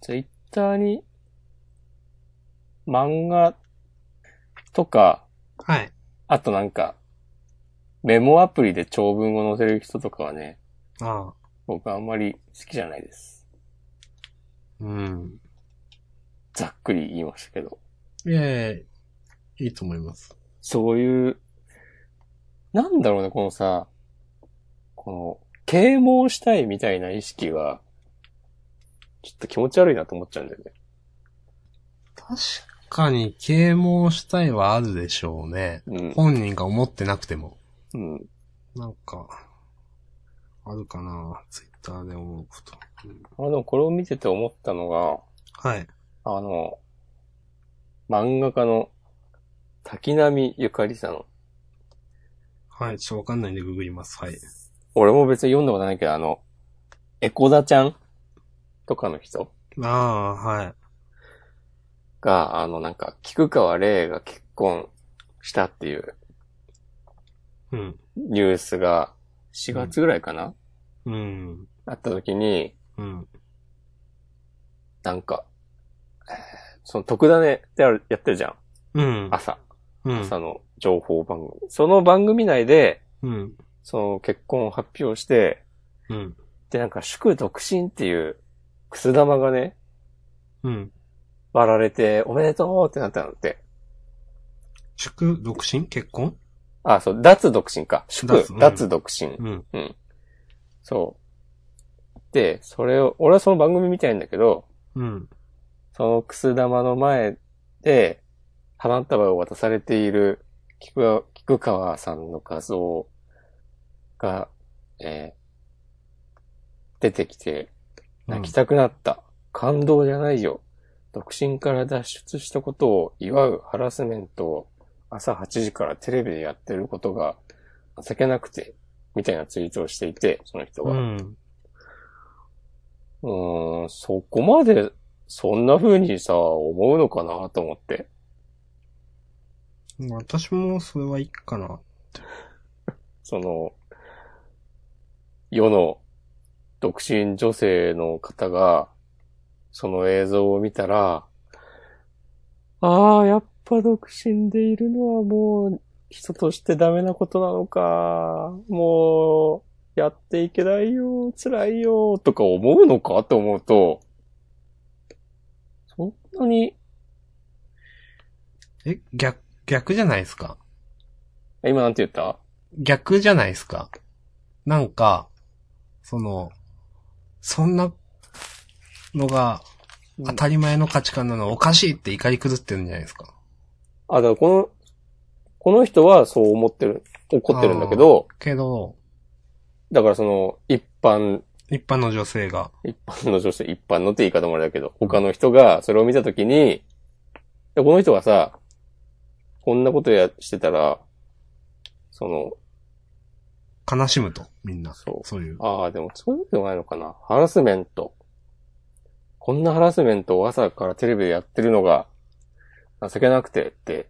Speaker 2: ツイッターに、漫画とか、
Speaker 1: はい。
Speaker 2: あとなんか、メモアプリで長文を載せる人とかはね、
Speaker 1: ああ。
Speaker 2: 僕あんまり好きじゃないです。
Speaker 1: うん。
Speaker 2: ざっくり言いましたけど。
Speaker 1: いえいえ、いいと思います。
Speaker 2: そういう、なんだろうね、このさ、この、啓蒙したいみたいな意識が、ちょっと気持ち悪いなと思っちゃうんだよね。
Speaker 1: 確かに、啓蒙したいはあるでしょうね。本人が思ってなくても。
Speaker 2: うん。うん。
Speaker 1: なんか、あるかな。ツイッターで思うこと。
Speaker 2: あの、これを見てて思ったのが、
Speaker 1: はい。
Speaker 2: あの、漫画家の滝波ゆかりさん。
Speaker 1: はい。ちょっとわかんないんでググります。はい。
Speaker 2: 俺も別に読んだことないけど、あの、エコダちゃんとかの人
Speaker 1: ああ、はい。
Speaker 2: が、あの、なんか、菊川玲が結婚したっていう
Speaker 1: うん。
Speaker 2: ニュースが4月ぐらいかな、
Speaker 1: うん。
Speaker 2: あった時に、
Speaker 1: うん。
Speaker 2: なんか、えーその特ダネってあるやってるじゃん。
Speaker 1: うん。
Speaker 2: 朝。
Speaker 1: うん。
Speaker 2: 朝の情報番組。その番組内で、
Speaker 1: うん。
Speaker 2: その結婚を発表して、
Speaker 1: うん。
Speaker 2: で、なんか、祝独身っていう、くす玉がね、
Speaker 1: うん。
Speaker 2: 割られて、おめでとうってなったのって。
Speaker 1: 祝、独身結婚
Speaker 2: あ、そう、脱独身か。祝
Speaker 1: 脱う、ん
Speaker 2: 脱独身。
Speaker 1: うん。
Speaker 2: そう。で、それを、俺はその番組見たいんだけど、
Speaker 1: うん。
Speaker 2: そのくす玉の前で、花束を渡されている菊川菊川さんの画像が、えー出てきて、泣きたくなった。感動じゃないよ。独身から脱出したことを祝うハラスメントを朝8時からテレビでやってることが情けなくて、みたいなツイートをしていて、その人
Speaker 1: う
Speaker 2: が。
Speaker 1: ん。
Speaker 2: うーん、そこまで、そんな風にさ、思うのかなと思って。
Speaker 1: 私もそれはいいかな。
Speaker 2: その、世の独身女性の方が、その映像を見たら、ああ、やっぱ独身でいるのはもう、人としてダメなことなのか、もう、やっていけないよ、辛いよ、とか思うのかと思うと、そんなに、
Speaker 1: え、逆、逆じゃないですか。
Speaker 2: え今なんて言った
Speaker 1: 逆じゃないですか。なんか、その、そんなのが当たり前の価値観なのはおかしいって怒り狂ってるんじゃないですか。
Speaker 2: あ、だからこの、この人はそう思ってる、怒ってるんだけど、
Speaker 1: けど、
Speaker 2: だからその、一般、
Speaker 1: 一般の女性が、
Speaker 2: 一般の女性、一般のって言い方もあれだけど、他の人がそれを見たときに、でこの人がさ、こんなことやしてたら、その、
Speaker 1: 悲しむと、みんな。
Speaker 2: そう
Speaker 1: そういう。
Speaker 2: ああ、でもそういうことないのかな。ハラスメント。こんなハラスメントを朝からテレビでやってるのが、情けなくてって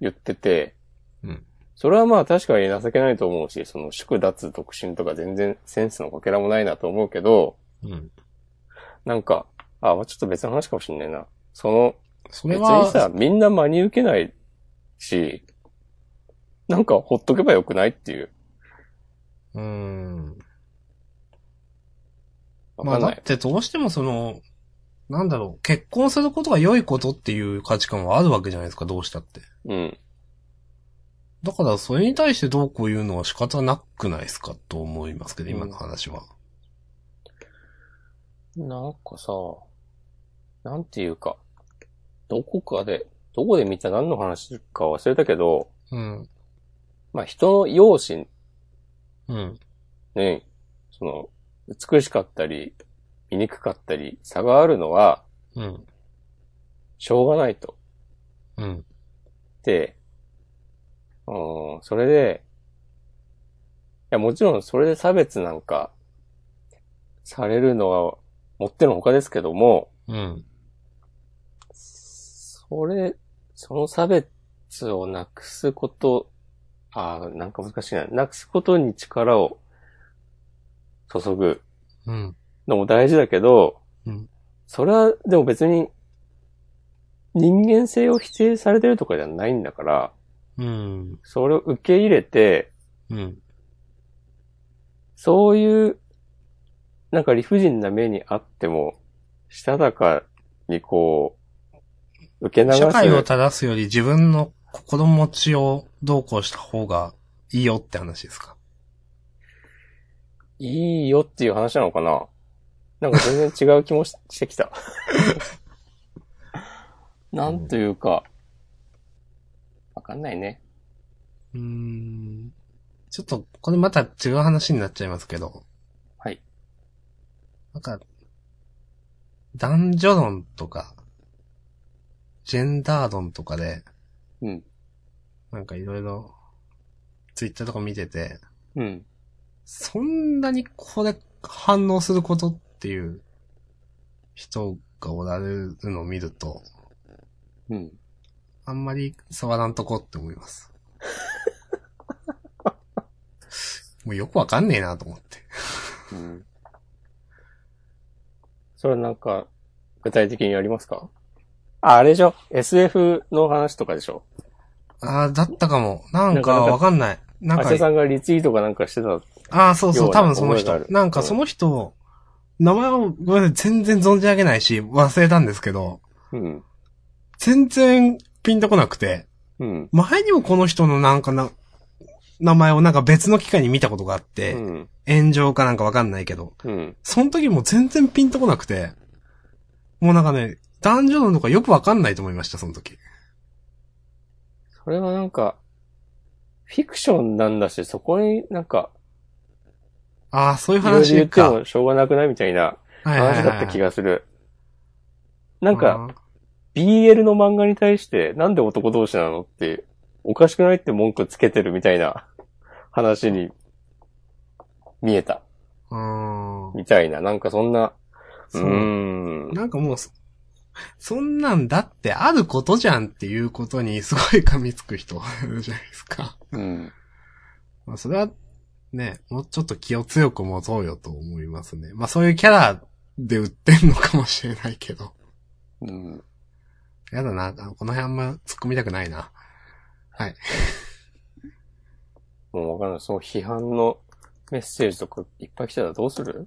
Speaker 2: 言ってて、
Speaker 1: うん
Speaker 2: それはまあ確かに情けないと思うし、その宿脱独身とか全然センスのかけらもないなと思うけど、
Speaker 1: うん。
Speaker 2: なんか、ああ、ちょっと別の話かもしんないな。その、
Speaker 1: それ
Speaker 2: 別に
Speaker 1: は、
Speaker 2: さ、みんな真に受けないし、なんかほっとけばよくないっていう。
Speaker 1: うーん。
Speaker 2: わ
Speaker 1: ま
Speaker 2: か
Speaker 1: あ
Speaker 2: ん
Speaker 1: だ
Speaker 2: ない
Speaker 1: っ。てどうしてもその、なんだろう、結婚することが良いことっていう価値観はあるわけじゃないですか、どうしたって。
Speaker 2: うん。
Speaker 1: だからそれに対してどうこう言うのは仕方なくないですかと思いますけど、今の話は。
Speaker 2: なんかさ、なんていうか、どこかで、どこで見た何の話か忘れたけど、
Speaker 1: うん。
Speaker 2: まあ人の容姿
Speaker 1: うん。
Speaker 2: ね、その、美しかったり、醜かったり、差があるのは、
Speaker 1: うん。
Speaker 2: しょうがないと。
Speaker 1: うん。
Speaker 2: で、うん、それで、いや、もちろんそれで差別なんか、されるのは、もってのほかですけども、
Speaker 1: うん。
Speaker 2: それ、その差別をなくすこと、ああ、なんか難しいな。なくすことに力を注ぐ
Speaker 1: うん。
Speaker 2: のも大事だけど、
Speaker 1: うん
Speaker 2: それは、でも別に、人間性を否定されてるとかじゃないんだから、
Speaker 1: うん。
Speaker 2: それを受け入れて、
Speaker 1: うん。
Speaker 2: そういう、なんか理不尽な目にあっても、したたかにこう、受け流す。
Speaker 1: 社会を正すより自分の心持ちをどうこうした方がいいよって話ですか。
Speaker 2: いいよっていう話なのかななんか全然違う気もしして きた。なんというか、わかんないね。
Speaker 1: うーん。ちょっと、これまた違う話になっちゃいますけど。
Speaker 2: はい。
Speaker 1: なんか、男女論とか、ジェンダー論とかで、
Speaker 2: うん。
Speaker 1: なんかいろいろ、ツイッターとか見てて、
Speaker 2: うん。
Speaker 1: そんなにこれ反応することっていう人がおられるのを見ると、
Speaker 2: うん。
Speaker 1: あんまり触らんとこって思 います。もうよくわかんねえなと思って。
Speaker 2: うん。それはなんか、具体的にやりますかあ、あれでしょ ?SF の話とかでしょ
Speaker 1: ああ、だったかも。なん
Speaker 2: なんか
Speaker 1: か
Speaker 2: なんか
Speaker 1: わかんない。なん
Speaker 2: ア
Speaker 1: か
Speaker 2: シ、さんがリツイートかなんかしてた。
Speaker 1: ああ、そうそ
Speaker 2: よ
Speaker 1: う、
Speaker 2: うな
Speaker 1: 多分その
Speaker 2: 覚え
Speaker 1: 人
Speaker 2: があ。る
Speaker 1: なんかその人、名前をごめんなさい、全然存じ上げないし、忘れたんですけど、
Speaker 2: うん。
Speaker 1: 全然ピンとこなくて、
Speaker 2: うん。
Speaker 1: 前にもこの人のなんかな、名前をなんか別の機会に見たことがあっ
Speaker 2: う
Speaker 1: て、
Speaker 2: ん。
Speaker 1: 炎上かなんかわかんないけど、
Speaker 2: うん。
Speaker 1: その時も全然ピンとこなくて、もうなんかね、男女のとかよくわかんないと思いました、その時。
Speaker 2: それはなんか、フィクションなんだし、そこになんか、
Speaker 1: ああ、そういう
Speaker 2: いろいろ言っ
Speaker 1: 話
Speaker 2: て
Speaker 1: か。
Speaker 2: もしょうがなくないみたいな
Speaker 1: はいはい
Speaker 2: 話
Speaker 1: はい
Speaker 2: だ
Speaker 1: は
Speaker 2: っ
Speaker 1: い
Speaker 2: た気がする。なん
Speaker 1: あ
Speaker 2: か、
Speaker 1: ー
Speaker 2: BL の漫画に対して、なんで男同士なのって、おかしくないって文句つけてるみたいな話に見えた。
Speaker 1: うーん。
Speaker 2: みたいな。なんかそんな、う
Speaker 1: そう
Speaker 2: ーん。
Speaker 1: なんかもうそ、そんなんだってあることじゃんっていうことにすごい噛みつく人 いるじゃないですか。
Speaker 2: うん。
Speaker 1: まあそれは、ね、もうちょっと気を強く持とうよと思いますね。まあそういうキャラで売ってんのかもしれないけど。
Speaker 2: うん。
Speaker 1: やだな、あのこの辺あんま突っ込みたくないな。
Speaker 2: もうわかんない。その批判のメッセージとかいっぱい来てたらどうする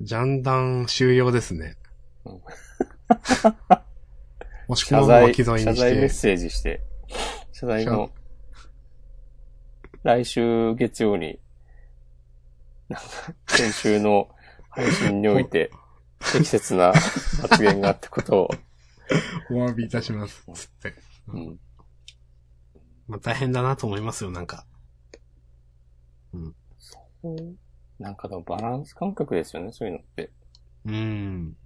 Speaker 1: ジャンダン終了ですね
Speaker 2: うん。
Speaker 1: もしく
Speaker 2: 謝
Speaker 1: はもう
Speaker 2: 罪、
Speaker 1: 既
Speaker 2: 謝
Speaker 1: 存にし
Speaker 2: 罪メッ
Speaker 1: て。
Speaker 2: セージして、謝罪の、来週月曜に、なんか、先週の配信におい て、適切な発言があったことを、
Speaker 1: お詫びいたします。つって。
Speaker 2: うん、
Speaker 1: まあ大変だなと思いますよ、なんか。
Speaker 2: なんかのバランス感覚ですよね、そういうのって。
Speaker 1: うん。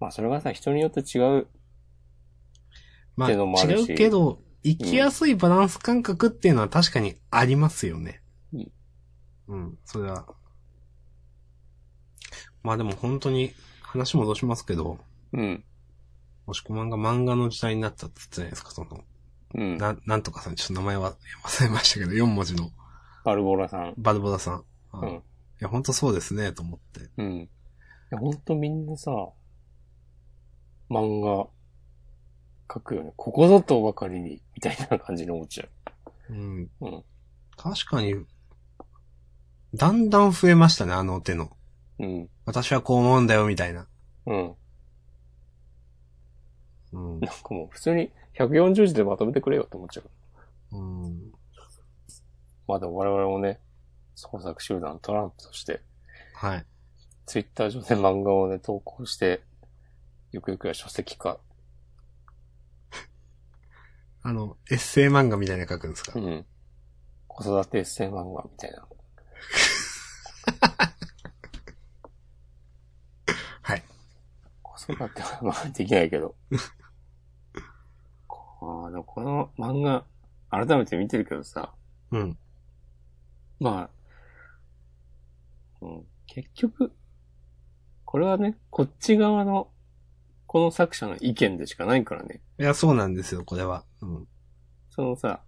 Speaker 2: まあ、それがさ、人によって違う。
Speaker 1: ま
Speaker 2: っ
Speaker 1: あ、
Speaker 2: ていうのもある
Speaker 1: 違
Speaker 2: し
Speaker 1: うけど、生きやすいバランス感覚っていうのは確かにありますよね。
Speaker 2: うん。
Speaker 1: うん、それは。まあでも本当に話戻しますけど、
Speaker 2: うん。
Speaker 1: もしこまんが漫画の時代になったって言ってたじゃないですか、その、
Speaker 2: うん。
Speaker 1: な、なんとかさん、ちょっと名前は忘れましたけど、4文字の
Speaker 2: バルボラさん。
Speaker 1: バルボダさん。あ
Speaker 2: うん
Speaker 1: いや、本当そうですね、と思って。
Speaker 2: うん。いや、ほんとみんなさ、漫画、書くよね。ここぞとばかりに、みたいな感じに思っちゃう。
Speaker 1: うん。
Speaker 2: うん
Speaker 1: 確かに、だんだん増えましたね、あの手の。
Speaker 2: うん。
Speaker 1: 私はこう思うんだよ、みたいな。
Speaker 2: うん。
Speaker 1: うん。
Speaker 2: なんかもう普通に140字でまとめてくれよって思っちゃう。
Speaker 1: うん
Speaker 2: まあでも我々もね、創作集団トランプとして、
Speaker 1: はい。
Speaker 2: ツイッター上で漫画をね、投稿して、ゆくゆくは書籍化。
Speaker 1: あの、エッセイ漫画みたいなの書くんですか、
Speaker 2: うん。子育てエッセイ漫画みたいな。
Speaker 1: はい。
Speaker 2: 子育てはまあできないけ ど。こうでもこの漫画、改めて見てるけどさ、
Speaker 1: うん。
Speaker 2: まあ、うん、結局、これはね、こっち側の、この作者の意見でしかないからね。
Speaker 1: いや、そうなんですよ、これは。うん。
Speaker 2: そのさ、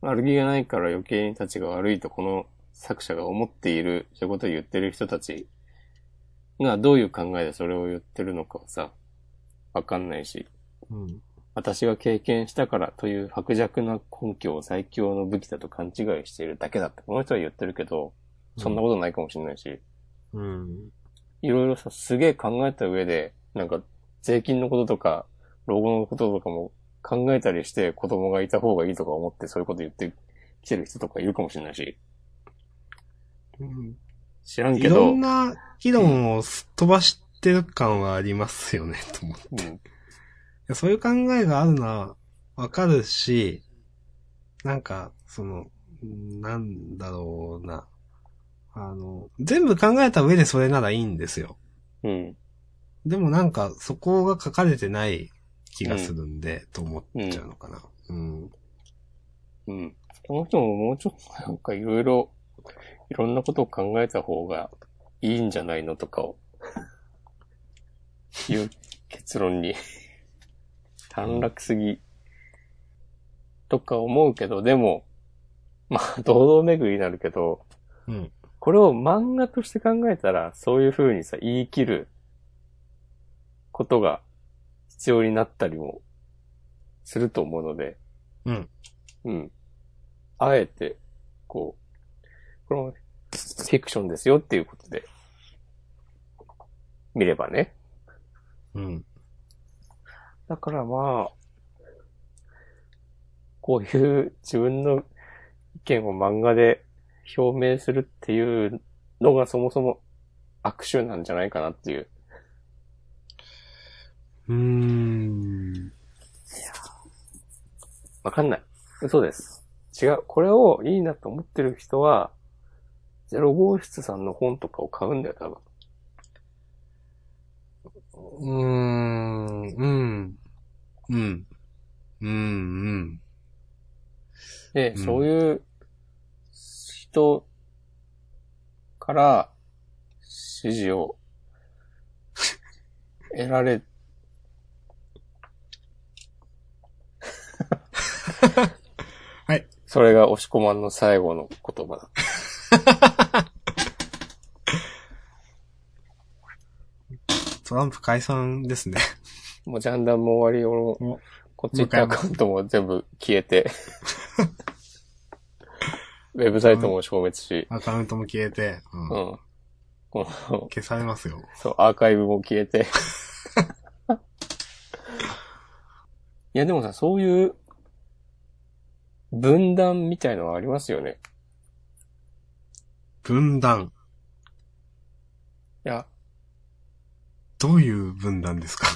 Speaker 2: 悪気がないから余計にたちが悪いとこの作者が思っている、そういうことを言ってる人たちがどういう考えでそれを言ってるのかはさ、わかんないし、
Speaker 1: うん。
Speaker 2: 私が経験したからという薄弱な根拠を最強の武器だと勘違いしているだけだって、この人は言ってるけど、そんなことないかもしれないし、
Speaker 1: うん。
Speaker 2: いろいろさ、すげえ考えた上で、なんか、税金のこととか、老後のこととかも考えたりして子供がいた方がいいとか思ってそういうこと言ってきてる人とかいるかもしれないし、
Speaker 1: うん。
Speaker 2: 知らん
Speaker 1: い
Speaker 2: け
Speaker 1: ろ
Speaker 2: ど、
Speaker 1: んな議論をすっ飛ばしてる感はありますよね、と思って。い
Speaker 2: うん、
Speaker 1: やそういう考えがあるのはわかるし、なんか、その、なんだろうな。あの、全部考えた上でそれならいいんですよ。
Speaker 2: うん。
Speaker 1: でもなんか、そこが書かれてない気がするんで、と思っちゃうのかな。うん。
Speaker 2: うん。この人ももうちょっとなんかいろいろ、いろんなことを考えた方がいいんじゃないのと かを、いう結論に、短絡すぎ、とか思うけど、でも、まあ、堂々巡りになるけど、
Speaker 1: うん。
Speaker 2: これを漫画として考えたら、そういう風にさ、言い切ることが必要になったりもすると思うので。
Speaker 1: うん。
Speaker 2: うん。あえて、こう、これもフィクションですよっていうことで、見ればね。
Speaker 1: うん。
Speaker 2: だからまあ、こういう自分の意見を漫画で表明するっていうのがそもそも悪手なんじゃないかなっていう。
Speaker 1: うーん。
Speaker 2: わかんない。嘘です。違う。これをいいなと思ってる人は、0号室さんの本とかを買うんだよ、多分。
Speaker 1: うーん。うん。うん。うん。うん。
Speaker 2: で、
Speaker 1: うん
Speaker 2: そういう人から指示を得られ、
Speaker 1: はい。
Speaker 2: それが押し込まんの最後の言葉だ。
Speaker 1: トランプ解散ですね。
Speaker 2: もうジャンダンも終わり、俺
Speaker 1: も
Speaker 2: も、こっち行ったアカウントも全部消え て、ウェブサイトも消滅し、
Speaker 1: アカウントも消えて、うん
Speaker 2: う。ん。この、
Speaker 1: 消されますよ。
Speaker 2: そう、アーカイブも消え て。いや、でもさ、そういう、分断みたいのはありますよね。
Speaker 1: 分断。
Speaker 2: いや、
Speaker 1: どういう分断ですか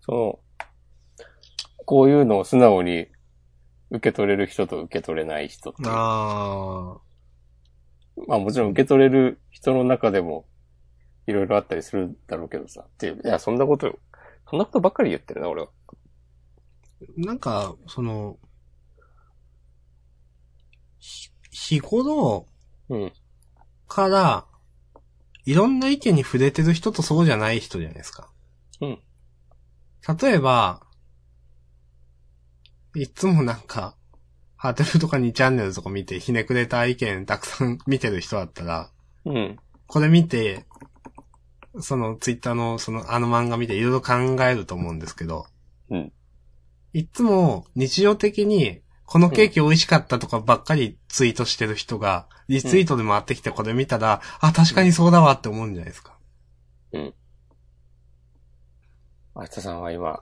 Speaker 2: その、こういうのを素直に受け取れる人と受け取れない人っていう
Speaker 1: あ
Speaker 2: まあもちろん受け取れる人の中でも、いろいろあったりするだろうけどさ。っていう、いや、そんなこと、そんなことばっかり言ってるな、俺は。
Speaker 1: ー。なんか、その、ひ日頃
Speaker 2: うん。
Speaker 1: から、いろんな意見に触れてる人とそうじゃない人じゃないですか。
Speaker 2: うん。
Speaker 1: 例えば、いつもなんか、ハートルとか2チャンネルとか見て、ひねくれた意見たくさん見てる人だったら、
Speaker 2: うん。
Speaker 1: これ見て、そのツイッターのそのあの漫画見ていろいろ考えると思うんですけど。
Speaker 2: うん。
Speaker 1: いつも日常的にこのケーキ美味しかったとかばっかりツイートしてる人が、リツイートで回ってきてこれ見たら、あ、確かにそうだわって思うんじゃないですか。
Speaker 2: 明日さんは今、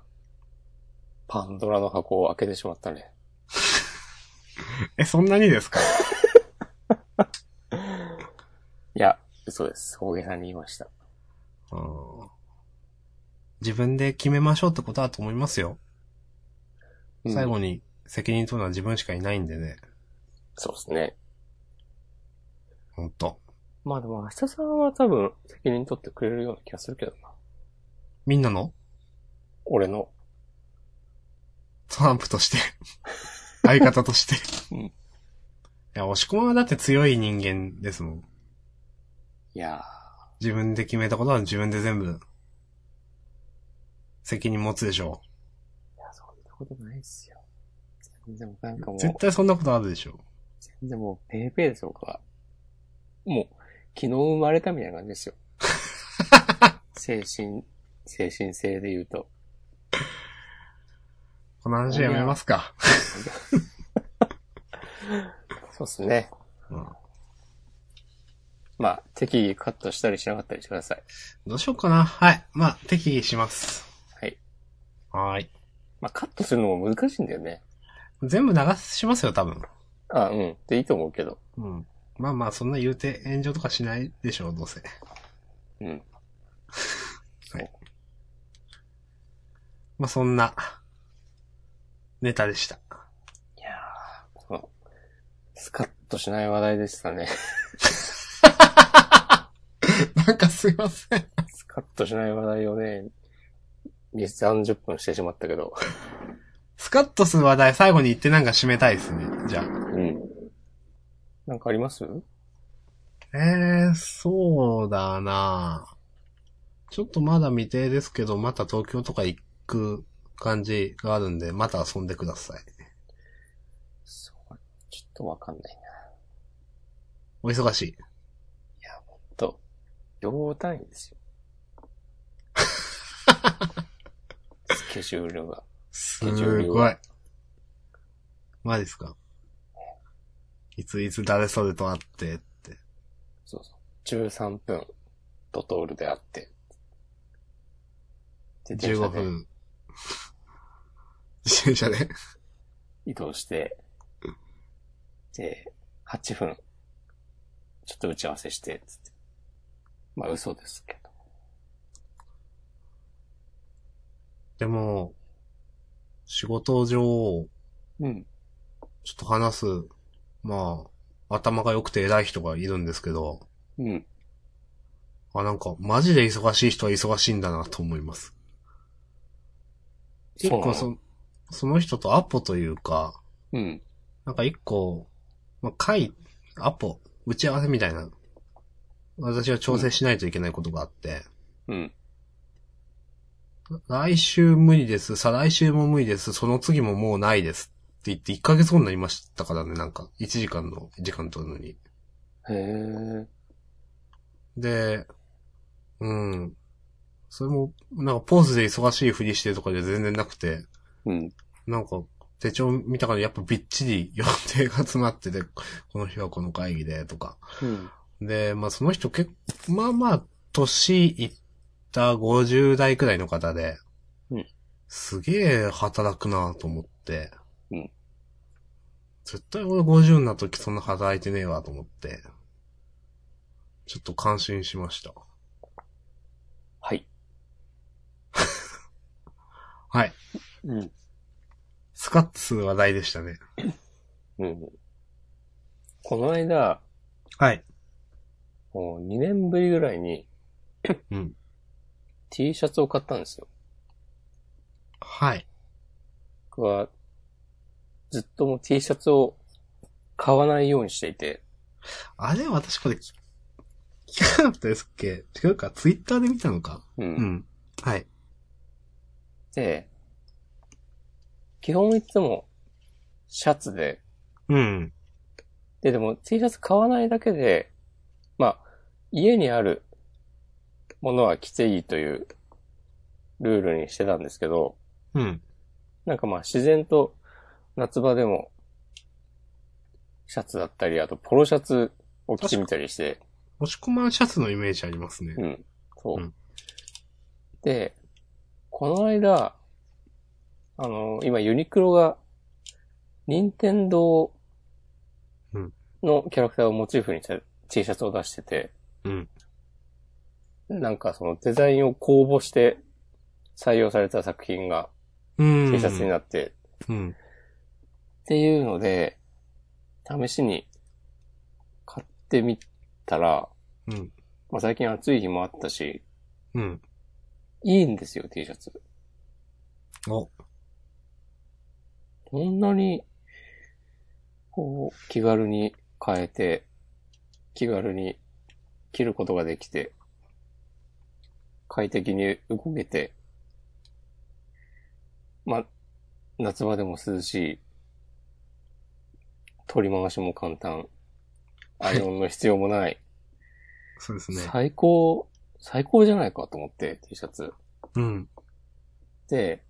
Speaker 2: パンドラの箱を開けてしまったね。
Speaker 1: え、そんなにですか
Speaker 2: いや、嘘です。大げさに言いました。
Speaker 1: うん自分で決めましょうってことだと思いますよ。
Speaker 2: うん
Speaker 1: 最後に責任取るのは自分しかいないんでね。
Speaker 2: そうですね。
Speaker 1: ほんと。
Speaker 2: まあでも明日さんは多分責任取ってくれるような気がするけどな。
Speaker 1: みんなの
Speaker 2: 俺の。
Speaker 1: トランプとして。 相方として。
Speaker 2: うん
Speaker 1: いや、押し込まんはだって強い人間ですもん。
Speaker 2: いや
Speaker 1: 自分で決めたことは自分で全部、責任持つでしょ
Speaker 2: ー、いや、そんなことないっすよ。全然なんか
Speaker 1: う。
Speaker 2: もう、
Speaker 1: 絶対そんなことあるでしょ
Speaker 2: 全然もうペーペーですよ、僕は。もう、昨日生まれたみたいな感じ ですよ。精神、精神性で言うと。
Speaker 1: う。この話やめますか。
Speaker 2: そうっすね。
Speaker 1: うん
Speaker 2: まあ、適宜カットしたりしなかったりしてください。
Speaker 1: どうしようかな。はい。まあ、適宜します。
Speaker 2: はい。
Speaker 1: はーい。
Speaker 2: まあ、カットするのも難しいんだよね。
Speaker 1: 全部流しますよ、多分。
Speaker 2: あうん。で、いいと思うけど。
Speaker 1: うん。まあまあ、そんな言うて炎上とかしないでしょう、どうせ。
Speaker 2: うん。
Speaker 1: まあ、そんな、ネタでした。
Speaker 2: いやー、この、スカッとしない話題でしたね。
Speaker 1: なんかすいません。
Speaker 2: スカッとしない話題をね、30分してしまったけど。
Speaker 1: スカッとする話題最後に言ってなんか締めたいですね。じゃあ。
Speaker 2: うん。なんかあります
Speaker 1: えー、そうだなちょっとまだ未定ですけど、また東京とか行く感じがあるんで、また遊んでください。
Speaker 2: そう、ちょっとわかんないな。
Speaker 1: お忙しい。
Speaker 2: と、秒単位 ですよ。スケジュールが。
Speaker 1: す
Speaker 2: ケジュール
Speaker 1: ごい。マジですかいついつ誰それと会ってって。
Speaker 2: そうそう。13分、ドトールであって。で電車
Speaker 1: 15
Speaker 2: で
Speaker 1: 分。自転車で。
Speaker 2: 移動して、で、8分、ちょっと打ち合わせして、つって。まあ嘘ですけど。
Speaker 1: でも、仕事上、
Speaker 2: うん。
Speaker 1: ちょっと話す、まあ、頭が良くて偉い人がいるんですけど、
Speaker 2: うん。
Speaker 1: あ、なんか、マジで忙しい人は忙しいんだなと思います。一個
Speaker 2: そう
Speaker 1: そ、その人とアポというか、
Speaker 2: なの。うん。
Speaker 1: なんか一個、まあ、会、アポ、打ち合わせみたいな、私は調整しないといけないことがあって、
Speaker 2: うん。
Speaker 1: 来週無理です、再来週も無理です、その次ももうないですって言って1ヶ月後になりましたからね、なんか、1時間の時間取るのに。
Speaker 2: へえ。
Speaker 1: で、うん。それも、なんかポーズで忙しいふりしてるとかじゃ全然なくて、
Speaker 2: うん。
Speaker 1: なんか手帳見たからやっぱびっちり予定が詰まってて、この日はこの会議でとか。
Speaker 2: うん。
Speaker 1: で、まあその人結構、まあまあ、年いった50代くらいの方で、
Speaker 2: うん
Speaker 1: すげえ働くなと思って、
Speaker 2: うん
Speaker 1: 絶対俺50になった時そんな働いてねえわと思って、ちょっと感心しました。
Speaker 2: はい。
Speaker 1: はい。
Speaker 2: うん。
Speaker 1: スカッとする話題でしたね。
Speaker 2: うん。この間、
Speaker 1: はい。
Speaker 2: もう2年ぶりぐらいに、
Speaker 1: うん。
Speaker 2: T シャツを買ったんですよ。
Speaker 1: はい。
Speaker 2: 僕は、ずっともう T シャツを買わないようにしていて、
Speaker 1: あれ私これ、聞聞かなかったですっけ違うか、ツイッターで見たのか。
Speaker 2: う
Speaker 1: う。ん。はい。
Speaker 2: で、基本いつもシャツで、
Speaker 1: うん。
Speaker 2: で、でも T シャツ買わないだけで、まあ、家にあるものは着ていいというルールにしてたんですけど、
Speaker 1: うん。
Speaker 2: なんかまあ自然と夏場でもシャツだったり、あとポロシャツを着てみたりして、
Speaker 1: 押し込まんシャツのイメージありますね。
Speaker 2: うん。そう。
Speaker 1: うん
Speaker 2: で、この間、あの、今ユニクロが、任天堂
Speaker 1: うん
Speaker 2: のキャラクターをモチーフにした T シャツを出してて、
Speaker 1: うん。
Speaker 2: なんかそのデザインを公募して採用された作品が
Speaker 1: うん。
Speaker 2: T シャツになって、っ
Speaker 1: うん。
Speaker 2: ていうので、試しに買ってみたら、
Speaker 1: うん。
Speaker 2: まあ、最近暑い日もあったし、
Speaker 1: うん。
Speaker 2: いいんですよ T シャツ。
Speaker 1: お。
Speaker 2: こんなに、こう、気軽に変えて、気軽に切ることができて、快適に動けて、ま、夏場でも涼しい、取り回しも簡単、アイロンの必要もない、
Speaker 1: そうですね。
Speaker 2: 最高、最高じゃないかと思って T シャツ。
Speaker 1: うん。
Speaker 2: で、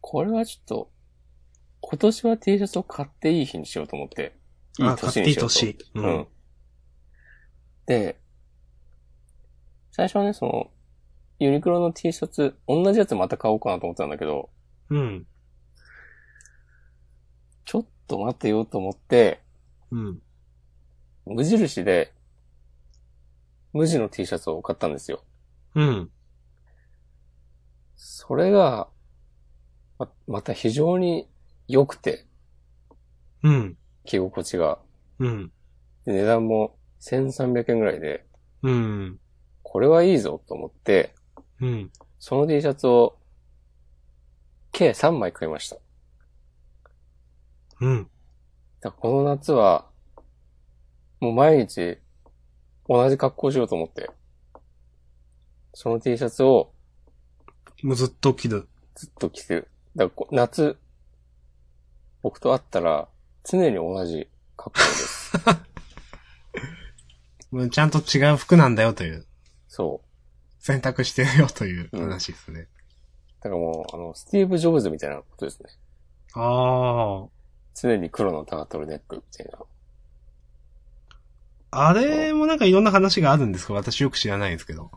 Speaker 2: これはちょっと、今年は T シャツを買っていい日にしようと思って。いい
Speaker 1: あ、買っ
Speaker 2: 年
Speaker 1: てい
Speaker 2: に
Speaker 1: い
Speaker 2: しようと。
Speaker 1: 年。う
Speaker 2: うん。。で、最初はね、その、ユニクロの T シャツ、同じやつまた買おうかなと思ってたんだけど、
Speaker 1: うん。
Speaker 2: ちょっと待ってよと思って、
Speaker 1: うん。
Speaker 2: 無印で、無地の T シャツを買ったんですよ。
Speaker 1: うん。
Speaker 2: それが、ままた非常に良くて、
Speaker 1: うん。
Speaker 2: 着心地が。
Speaker 1: うん。
Speaker 2: で値段も1300円ぐらいで、
Speaker 1: うん。
Speaker 2: これはいいぞと思って、
Speaker 1: うん。
Speaker 2: その T シャツを、計3枚買いました。だ
Speaker 1: うん。
Speaker 2: からこの夏は、もう毎日、同じ格好しようと思って、その T シャツを
Speaker 1: もうずっと着る。
Speaker 2: ずっと着てる。だからこ夏、僕と会ったら、常に同じ格好です。
Speaker 1: もうちゃんと違う服なんだよという。
Speaker 2: そ
Speaker 1: 選択してるよという話ですね。
Speaker 2: う。だからもう、あの、スティーブ・ジョブズみたいなことですね。
Speaker 1: あ
Speaker 2: 常に黒のタートルネックみたいな。
Speaker 1: あ。あれもなんかいろんな話があるんですか私よく知らないんですけど。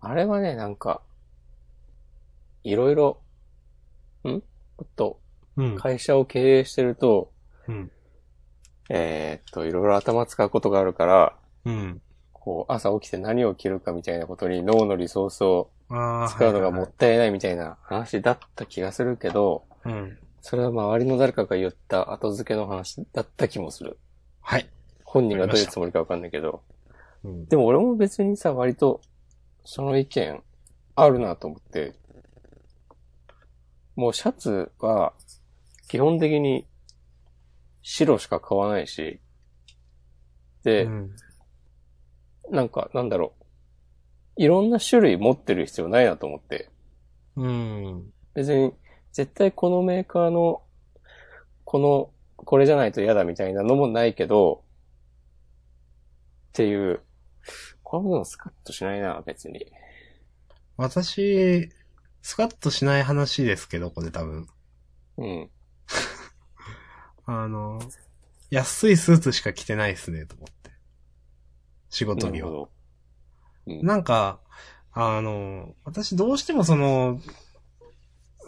Speaker 2: あれはね、なんか、いろいろ、んもっと、
Speaker 1: うん。
Speaker 2: 会社を経営してると、
Speaker 1: うん。
Speaker 2: えーっと、いろいろ頭使うことがあるから、
Speaker 1: うん。
Speaker 2: こう、朝起きて何を着るかみたいなことに脳のリソースを
Speaker 1: ああ。
Speaker 2: 使うのがも
Speaker 1: は
Speaker 2: っったいないみたいな話だった気がするけど、
Speaker 1: いはいはいうん。
Speaker 2: それは周りの誰かが言った後付けの話だった気もする。
Speaker 1: はい。
Speaker 2: 本人がどういうつもりかわかんないけど。
Speaker 1: うん。
Speaker 2: でも俺も別にさ、割と、その意見、あるなと思って、もうシャツは、基本的に、白しか買わないし、で、
Speaker 1: うん
Speaker 2: なんか、なんだろう、いろんな種類持ってる必要ないなと思って、
Speaker 1: うん。
Speaker 2: 別に、絶対このメーカーの、この、これじゃないと嫌だみたいなのもないけど、っていう、これもスカッとしないな、別に。
Speaker 1: 私、スカッとしない話ですけど、これ多分。
Speaker 2: うん。
Speaker 1: あの、安いスーツしか着てないっすね、と思って。仕事着を。
Speaker 2: ど。うん
Speaker 1: なんか、あの、私どうしてもその、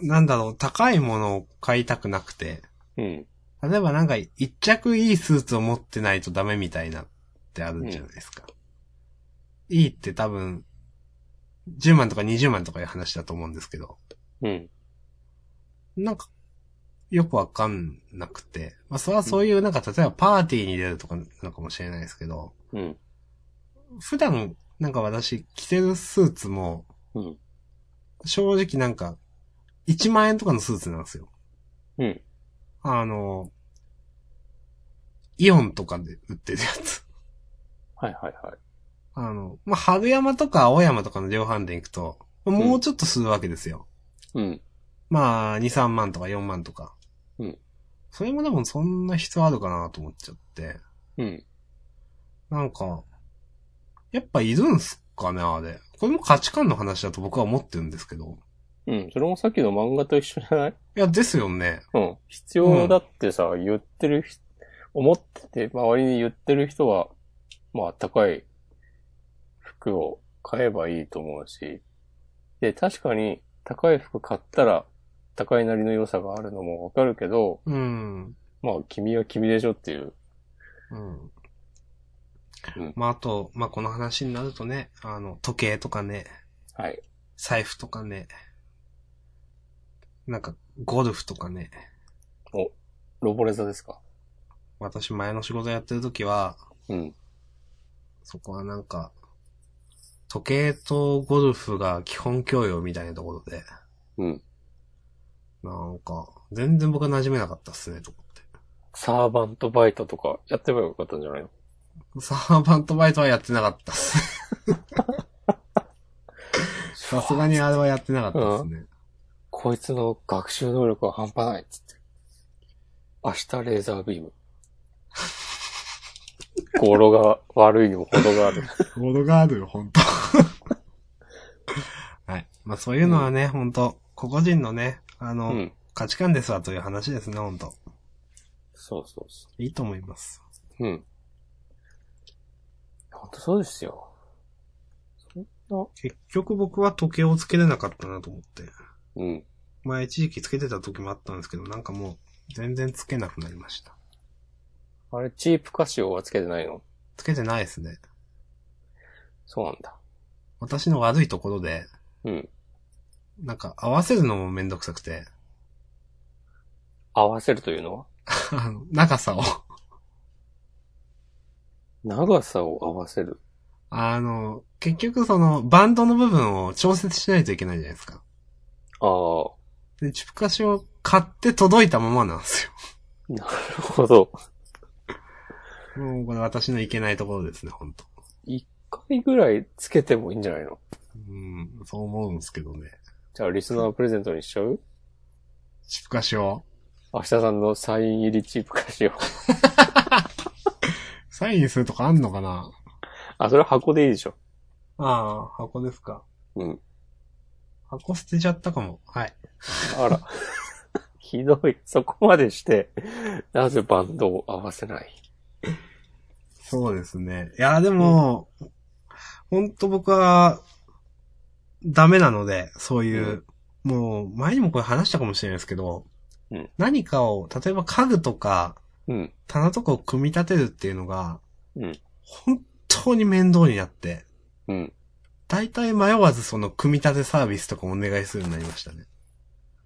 Speaker 1: なんだろう、高いものを買いたくなくて、
Speaker 2: うん。
Speaker 1: 例えばなんか一着いいスーツを持ってないとダメみたいなってあるんじゃないですか。いいって多分、10万とか20万とかいう話だと思うんですけど。
Speaker 2: うん。
Speaker 1: なんか、よくわかんなくて。まあ、それはそういう、なんか、例えばパーティーに出るとかなのかもしれないですけど、
Speaker 2: うん。
Speaker 1: 普段、なんか私、着てるスーツも、
Speaker 2: うん。
Speaker 1: 正直なんか、1万円とかのスーツなんですよ。
Speaker 2: うん。
Speaker 1: あの、イオンとかで売ってるやつ。
Speaker 2: はいはいはい。
Speaker 1: あの、まあ、春山とか青山とかの量販店行くと、もうちょっとするわけですよ。
Speaker 2: うん。
Speaker 1: まあ、2、3万とか4万とか。
Speaker 2: うん。
Speaker 1: それもでもそんな必要あるかなと思っちゃって。
Speaker 2: うん。
Speaker 1: なんか、やっぱいるんすかね、あれ。これも価値観の話だと僕は思ってるんですけど。
Speaker 2: うん。それもさっきの漫画と一緒じゃない
Speaker 1: いや、ですよね。
Speaker 2: うん。必要だってさ、言ってる人、思ってて、周りに言ってる人は、まあ、高い服を買えばいいと思うし、で、確かに、高い服買ったら、高いなりの良さがあるのもわかるけど、
Speaker 1: うん。
Speaker 2: まあ、君は君でしょっていう。
Speaker 1: うん。
Speaker 2: うん
Speaker 1: まあ、あと、まあ、この話になるとね、あの、時計とかね、
Speaker 2: はい。
Speaker 1: 財布とかね、なんか、ゴルフとかね、
Speaker 2: ロボレザですか
Speaker 1: 私前の仕事やってる時は、
Speaker 2: うん。
Speaker 1: そこはなんか、時計とゴルフが基本教養みたいなところで、
Speaker 2: うん。
Speaker 1: なんか、全然僕馴染めなかったっすね、と思って。
Speaker 2: サーバントバイトとか、やってばよかったんじゃないの
Speaker 1: サーバントバイトはやってなかった っすね。さすがにあれはやってなかったっすね。
Speaker 2: こいつの学習能力は半端ないっつって。明日レーザー ビーム。語呂が悪いにも程がある。
Speaker 1: ボードがあるよ、ほんと。 はい。まあそういうのはね、ほんと、個々人のね、あ
Speaker 2: う
Speaker 1: の、
Speaker 2: ん。
Speaker 1: 価値観ですわという話ですね、ほんと。
Speaker 2: そうそうそ
Speaker 1: いいと思います。
Speaker 2: う。うん。ほんとそうですよ。
Speaker 1: 結局僕は時計をつけれなかったなと思って。
Speaker 2: うん。
Speaker 1: まあ一時期つけてた時もあったんですけど、なんかもう、全然つけなくなりました。
Speaker 2: あれ、チープカシオはつけてないの
Speaker 1: つけてないですね。
Speaker 2: そうなんだ。
Speaker 1: 私の悪いところで、
Speaker 2: うん。
Speaker 1: なんか合わせるのもめんどくさくて、
Speaker 2: 合わせるというのは
Speaker 1: あの、長さを
Speaker 2: 長さを合わせる。
Speaker 1: あの、結局その、バンドの部分を調節しないといけないじゃないですか。
Speaker 2: ああ、
Speaker 1: で、チュプカシを買って届いたままなんです
Speaker 2: なるほど。
Speaker 1: よ。 もうこれ私のいけないところですね、本当
Speaker 2: 一回ぐらいつけてもいいんじゃないの
Speaker 1: うん、そう思うんですけどね。
Speaker 2: じゃあ、リスナープレゼントにしちゃう
Speaker 1: チュプカシを、
Speaker 2: 明日さんのサイン入りチープ化しよう。
Speaker 1: サインするとかあんのかな
Speaker 2: あ、それは箱でいいでしょ。
Speaker 1: ああ、箱ですか。
Speaker 2: うん。
Speaker 1: 箱捨てちゃったかも。はい。
Speaker 2: あら。 ひどい。そこまでして、なぜバンドを合わせない
Speaker 1: そうですね。いや、でも、ほんと僕は、ダメなので、そういう、もう、前にもこれ話したかもしれないですけど、
Speaker 2: うん
Speaker 1: 何かを、例えば家具とか、
Speaker 2: うん。
Speaker 1: 棚とかを組み立てるっていうのが、
Speaker 2: うん
Speaker 1: 本当に面倒になって、
Speaker 2: うん。
Speaker 1: 大体迷わずその組み立てサービスとかお願いするようになりましたね。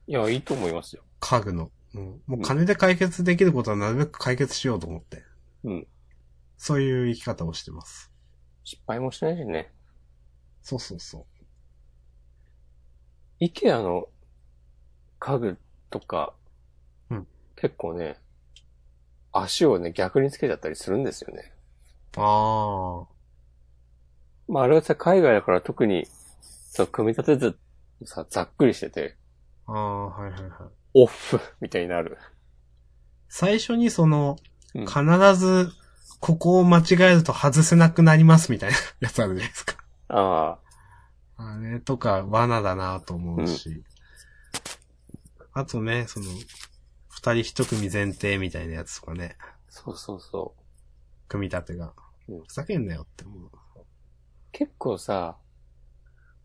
Speaker 2: いや、いいと思いますよ。
Speaker 1: 家具の。うん、もう金で解決できることはなるべく解決しようと思って。
Speaker 2: うん。
Speaker 1: そういう生き方をしてます。
Speaker 2: 失敗もしないしね。
Speaker 1: そうそうそう。
Speaker 2: イケアの家具とか、
Speaker 1: うん
Speaker 2: 結構ね、足をね、逆につけちゃったりするんですよね。
Speaker 1: あ
Speaker 2: まあ、あれはさ、海外だから特に、そう、組み立てず、さ、ざっくりしてて、
Speaker 1: あ。ああ、はいはいはい。
Speaker 2: オフみたいになる。
Speaker 1: 最初にその、
Speaker 2: うん
Speaker 1: 必ず、ここを間違えると外せなくなりますみたいなやつあるじゃないですか。
Speaker 2: ああ、
Speaker 1: あれとか、罠だなと思うし。あとね、その、二人一組前提みたいなやつとかね、
Speaker 2: そうそうそう。
Speaker 1: 組み立てが。
Speaker 2: うん
Speaker 1: ふざけんなよって思う。
Speaker 2: 結構さ、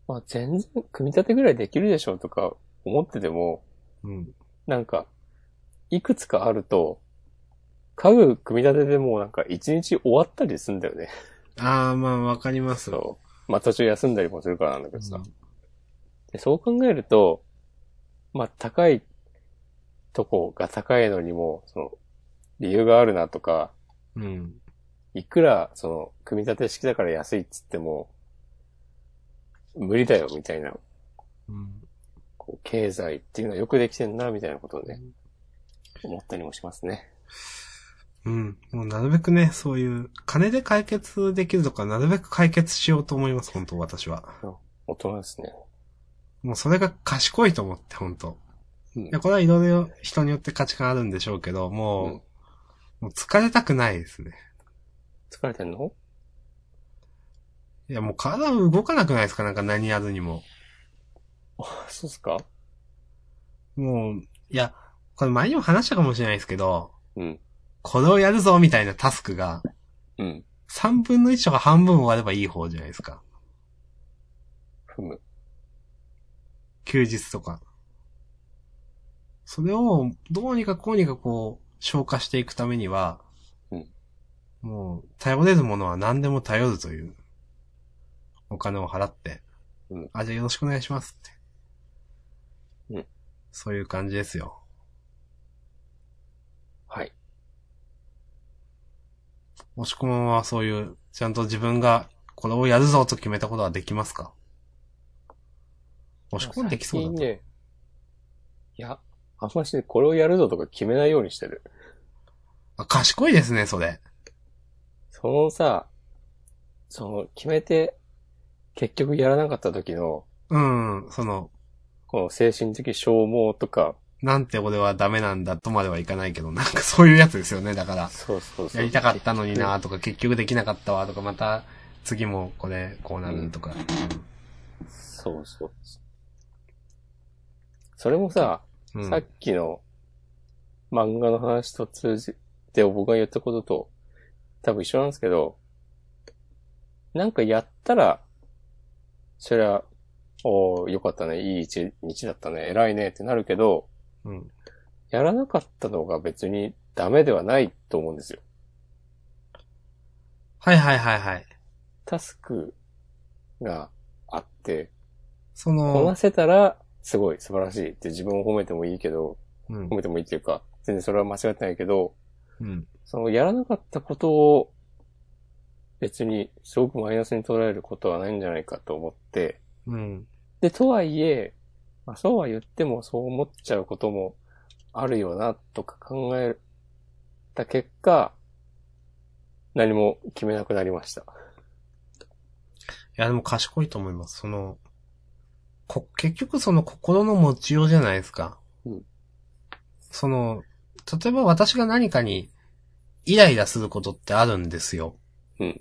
Speaker 2: まあ、全然組み立てぐらいできるでしょうとか思ってても、
Speaker 1: うん。
Speaker 2: なんか、いくつかあると、家具組み立てでもうなんか一日終わったりすんだよね。
Speaker 1: ああ、まあわかります。
Speaker 2: そう。まあ途中休んだりもするからなんだけどさ。
Speaker 1: うん
Speaker 2: でそう考えると、まあ高いとこが高いのにも、その、理由があるなとか、
Speaker 1: うん。
Speaker 2: いくら、その、組み立て式だから安いっつっても、無理だよみたいな
Speaker 1: うん。
Speaker 2: こう経済っていうのはよくできてんな、みたいなことをね、思ったりもしますね。
Speaker 1: うん。もうなるべくね、そういう、金で解決できるとか、なるべく解決しようと思います、本当私は。
Speaker 2: 大人ですね。
Speaker 1: もうそれが賢いと思って、本当
Speaker 2: うん
Speaker 1: いや、これはいろいろ人によって価値観あるんでしょうけど、もう、
Speaker 2: うん
Speaker 1: もう疲れたくないですね。
Speaker 2: 疲れてんの
Speaker 1: いや、もう体動かなくないですかなんか何やるにも。
Speaker 2: あそうっすか
Speaker 1: もう、いや、これ前にも話したかもしれないですけど、
Speaker 2: うん。
Speaker 1: これをやるぞみたいなタスクが、
Speaker 2: うん。
Speaker 1: 3分の1とか半分終わればいい方じゃないですか。
Speaker 2: ふむ。
Speaker 1: 休日とか。それを、どうにかこうにかこう、消化していくためには、
Speaker 2: うん
Speaker 1: もう、頼れるものは何でも頼るという、お金を払って、
Speaker 2: うん
Speaker 1: あ、じゃあよろしくお願いしますって。
Speaker 2: うん
Speaker 1: そういう感じですよ。
Speaker 2: はい。
Speaker 1: もしこまはそういう、ちゃんと自分が、これをやるぞと決めたことはできますか押し込んできそうだ
Speaker 2: 最
Speaker 1: な
Speaker 2: 近ね。いや、あんましこれをやるぞとか決めないようにしてる。
Speaker 1: あ、賢いですね、それ。
Speaker 2: そのさ、その、決めて、結局やらなかった時の、
Speaker 1: うん、その、
Speaker 2: この精神的消耗とか、
Speaker 1: なんて俺はダメなんだとまではいかないけど、なんかそういうやつですよね、だから。
Speaker 2: そうそうそう。
Speaker 1: やりたかったのになとか、結局できなかったわとか、また、次もこれ、こうなるとか。
Speaker 2: そうそう。それもさ、
Speaker 1: うん。
Speaker 2: さっきの漫画の話と通じて僕が言ったことと多分一緒なんですけど、なんかやったら、そりゃ、おーよかったね、いい一日だったね、偉いねってなるけど、
Speaker 1: うん。
Speaker 2: やらなかったのが別にダメではないと思うんですよ。
Speaker 1: はいはいはいはい。
Speaker 2: タスクがあって、
Speaker 1: そ
Speaker 2: こ
Speaker 1: の
Speaker 2: な、せたら、すごい、素晴らしいって自分を褒めてもいいけど、
Speaker 1: うん
Speaker 2: 褒。めてもいいっていうか、全然それは間違ってないけど、
Speaker 1: うん。
Speaker 2: そのやらなかったことを別にすごくマイナスに捉えることはないんじゃないかと思って、
Speaker 1: うん。
Speaker 2: で、とはいえ、まあ、そうは言ってもそう思っちゃうこともあるよな、とか考えた結果、何も決めなくなりました。
Speaker 1: いや、でも賢いと思います。その、こ、結局その心の持ちようじゃないですか。
Speaker 2: うん
Speaker 1: その、例えば私が何かにイライラすることってあるんですよ。
Speaker 2: うん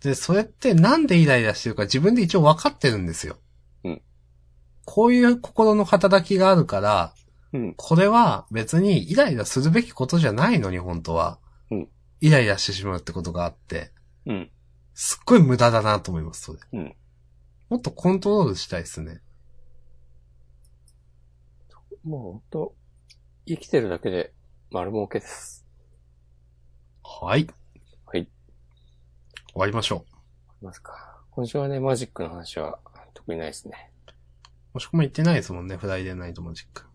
Speaker 1: で、それってなんでイライラしてるか自分で一応分かってるんですよ。
Speaker 2: うん
Speaker 1: こういう心の働きがあるから、
Speaker 2: うん。
Speaker 1: これは別にイライラするべきことじゃないのに、本当は。
Speaker 2: うん
Speaker 1: イライラしてしまうってことがあって、
Speaker 2: うん。
Speaker 1: すっごい無駄だなと思います、それ。
Speaker 2: うん
Speaker 1: もっとコントロールしたいですね。
Speaker 2: もう本当生きてるだけで丸儲けです。
Speaker 1: はい。
Speaker 2: はい。
Speaker 1: 終わりましょう。
Speaker 2: ありますか。今週はね、マジックの話は特にないですね。
Speaker 1: もしくも言ってないですもんね、フライデーナイトマジック。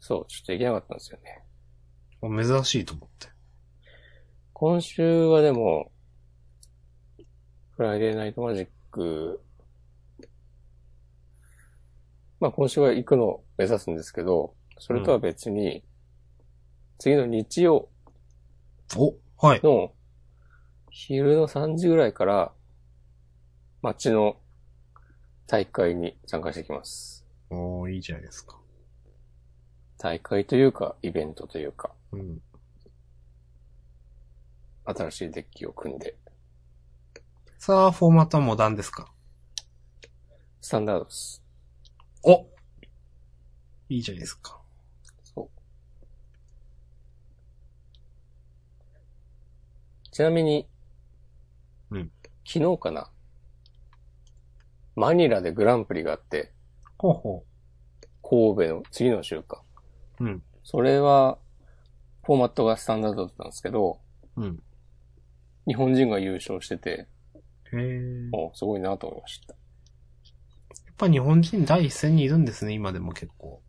Speaker 2: そう、ちょっといけなかったんですよね。
Speaker 1: 珍しいと思って。
Speaker 2: 今週はでも、フライデーナイトマジック、まあ今週は行くのを目指すんですけど、それとは別に、次の日曜
Speaker 1: おはい。
Speaker 2: の昼の3時ぐらいから、街の大会に参加してきます。
Speaker 1: おー、いいじゃないですか。
Speaker 2: 大会というか、イベントというか、
Speaker 1: うん。
Speaker 2: 新しいデッキを組んで、
Speaker 1: さあ、フォーマットはモダンですか
Speaker 2: スタンダードです。
Speaker 1: おいいじゃないですか。
Speaker 2: そう。ちなみに、
Speaker 1: うん
Speaker 2: 昨日かな。マニラでグランプリがあって、
Speaker 1: ほうほ
Speaker 2: 神戸の次の週か。
Speaker 1: うん
Speaker 2: それは、フォーマットがスタンダードだったんですけど、
Speaker 1: う。うん。
Speaker 2: 日本人が優勝してて、
Speaker 1: へー。や
Speaker 2: もうすごいなと思いました。
Speaker 1: っぱ日本人第一線にいるんですね、今でも結構。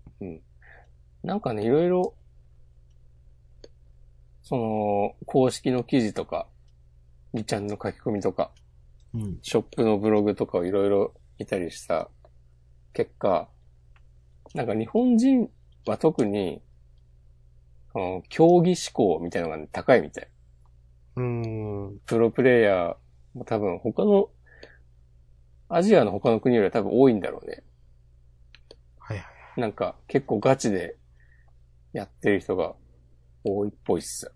Speaker 2: なんかね、いろいろ、その、公式の記事とか、みちゃんの書き込みとか、
Speaker 1: うん。
Speaker 2: ショップのブログとかをいろいろ見たりした結果、なんか日本人は特に、その競技志向みたいなのが、ね、高いみたい。
Speaker 1: うーん。
Speaker 2: プロプレイヤーも多分他の、アジアの他の国よりは多分多いんだろうね。
Speaker 1: はいはい。
Speaker 2: なんか結構ガチでやってる人が多いっぽいっす。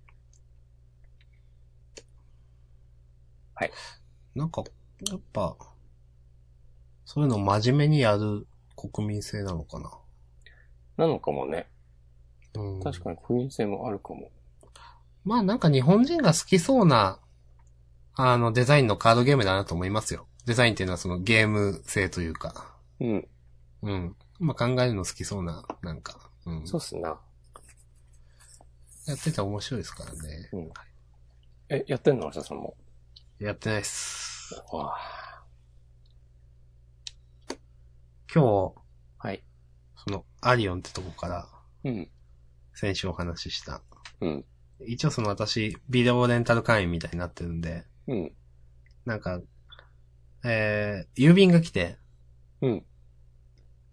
Speaker 1: なんか、やっぱ、そういうのを真面目にやる国民性なのかな。
Speaker 2: なのかもね。
Speaker 1: うん、
Speaker 2: 確かに国民性もあるかも。
Speaker 1: まあなんか日本人が好きそうな、あの、デザインのカードゲームだなと思いますよ。デザインっていうのはそのゲーム性というか。
Speaker 2: うん。
Speaker 1: うん。まあ考えるの好きそうな、なんか。うん。
Speaker 2: そうっすな。
Speaker 1: やってて面白いですからね。
Speaker 2: え、やってんの明日さんも。
Speaker 1: やってないっす。
Speaker 2: わ
Speaker 1: 今日、
Speaker 2: はい。
Speaker 1: その、アリオンってとこから、
Speaker 2: うん。
Speaker 1: 先週お話しした。
Speaker 2: うん。
Speaker 1: 一応その私、ビデオレンタル会員みたいになってるんで、
Speaker 2: うん。
Speaker 1: なんか、えー、郵便が来て、
Speaker 2: うん。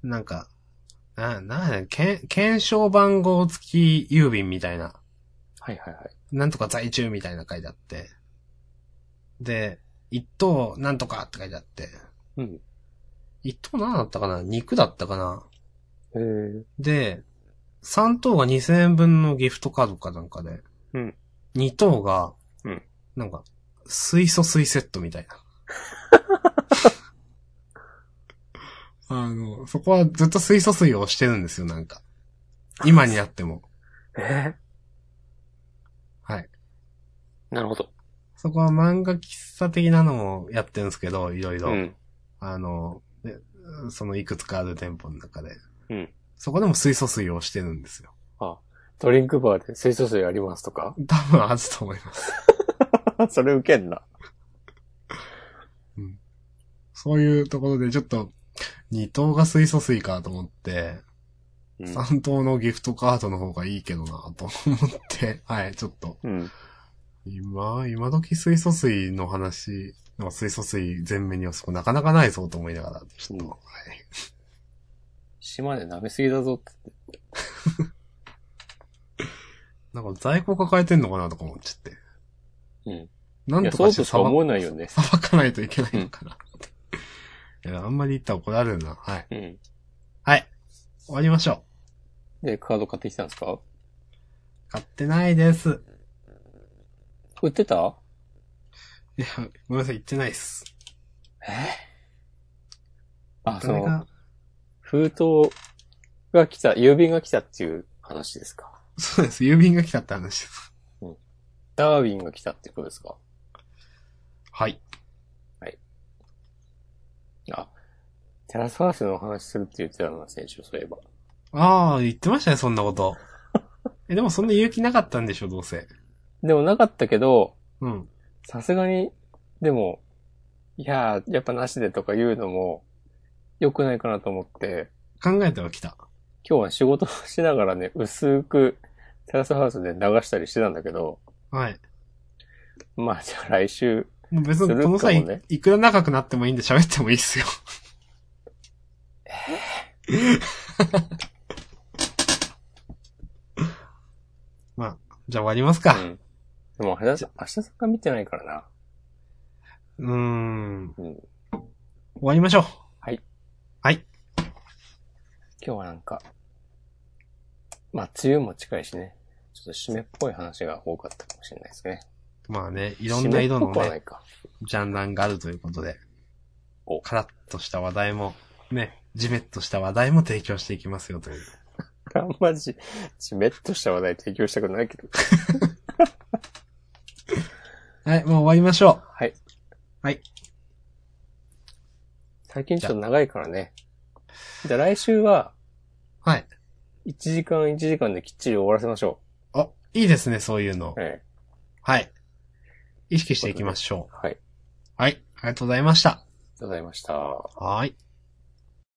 Speaker 1: なんか、な、なんやけん検証番号付き郵便みたいな、
Speaker 2: はいはいはい。
Speaker 1: なんとか在中みたいな書いてあって、で、一等なんとかって書いてあって、
Speaker 2: うん。
Speaker 1: 一等何だったかな肉だったかな
Speaker 2: へえ。
Speaker 1: で、三等が2000円分のギフトカードかなんかで、
Speaker 2: うん
Speaker 1: 二等が、
Speaker 2: うん
Speaker 1: なんか、水素水セットみたい な。あの、そこはずっと水素水を押してるんですよ、なんか。今になっても。
Speaker 2: え
Speaker 1: はい。
Speaker 2: なるほど。
Speaker 1: そこは漫画喫茶的なのもやってるんですけど、いろいろ。
Speaker 2: うん。
Speaker 1: あの、でそのいくつかある店舗の中で。
Speaker 2: うん
Speaker 1: そこでも水素水を押してるんですよ。
Speaker 2: ドリンクバーで水素水ありますとか
Speaker 1: 多分あると思いま す。
Speaker 2: それ受けんな。
Speaker 1: そういうところでちょっと、二等が水素水かと思って、
Speaker 2: うん。
Speaker 1: 三等のギフトカードの方がいいけどなと思って、はい、ちょっと、
Speaker 2: うん。
Speaker 1: 今、今時水素水の話、なんか水素水全面にはそこなかなかないぞと思いながら、ちょっと、
Speaker 2: うん
Speaker 1: はい。
Speaker 2: 島で舐めすぎだぞって。
Speaker 1: なんか在庫抱えてんのかなとか思っちゃって。
Speaker 2: うん。
Speaker 1: なん
Speaker 2: いや、
Speaker 1: と
Speaker 2: そ
Speaker 1: か
Speaker 2: う
Speaker 1: して
Speaker 2: としか
Speaker 1: さば
Speaker 2: 思えないよね。
Speaker 1: さばかないといけないのかなって。 いや、あんまり言ったら怒られるな。はい。
Speaker 2: うん。
Speaker 1: はい。終わりましょ
Speaker 2: で、カード買ってきたんですか
Speaker 1: う。買ってないです。
Speaker 2: 売ってた
Speaker 1: いや、ごめんなさい、言ってないです。
Speaker 2: えあ、そ
Speaker 1: 誰
Speaker 2: の、
Speaker 1: が、
Speaker 2: 封筒が来た、郵便が来たっていう話ですか。
Speaker 1: そうです。郵便が来たって話です。
Speaker 2: ダーウィンが来たってことですか。
Speaker 1: はい。
Speaker 2: あ、テラスハウスのお話するって言ってたの先週、そういえば。
Speaker 1: ああ、言ってましたね、そんなこと。 え、でもそんな勇気なかったんでしょ、どうせ。
Speaker 2: でもなかったけど、
Speaker 1: うん。
Speaker 2: さすがに、でも、いやー、やっぱなしでとか言うのも、良くないかなと思って、
Speaker 1: 考えては来た。
Speaker 2: 今日は仕事をしながらね、薄くテラスハウスで流したりしてたんだけど、
Speaker 1: はい。
Speaker 2: まあじゃあ来週、
Speaker 1: もう別
Speaker 2: す
Speaker 1: に
Speaker 2: る
Speaker 1: こ
Speaker 2: か
Speaker 1: の
Speaker 2: も
Speaker 1: 際、
Speaker 2: ね
Speaker 1: いくら長くなってもいいんで喋ってもいいっすよ。 まあ、じゃあ終わります
Speaker 2: う
Speaker 1: か。
Speaker 2: ん。でも、明日明日作家見てないからな。
Speaker 1: うーん。
Speaker 2: うん。
Speaker 1: 終わりましょう。
Speaker 2: 今日はなんか、まあ梅雨も近いしね、ちょっと湿っぽい話が多かったかもしれないですね。
Speaker 1: まあね、いろんな色の
Speaker 2: 湿っぽくはな
Speaker 1: ね、
Speaker 2: いか。
Speaker 1: ジャンダンがあるということで
Speaker 2: お、
Speaker 1: カラッとした話題も、ね、ジメッとした話題も提供していきますよという。
Speaker 2: あんまじ、じめっとした話題提供したくないけど。
Speaker 1: はい、もう終わりましょ
Speaker 2: はい。
Speaker 1: はい。
Speaker 2: 最近ちょっと長いからね。じゃあ来週は、
Speaker 1: う。はい。
Speaker 2: 1時間1時間できっちり終わらせましょ
Speaker 1: あ、いいですね、そういうの
Speaker 2: う。。ええ。
Speaker 1: はい。意識していきましょう。
Speaker 2: はい。ありが
Speaker 1: はい、ありがとうございました。
Speaker 2: とうございました。
Speaker 1: はーい。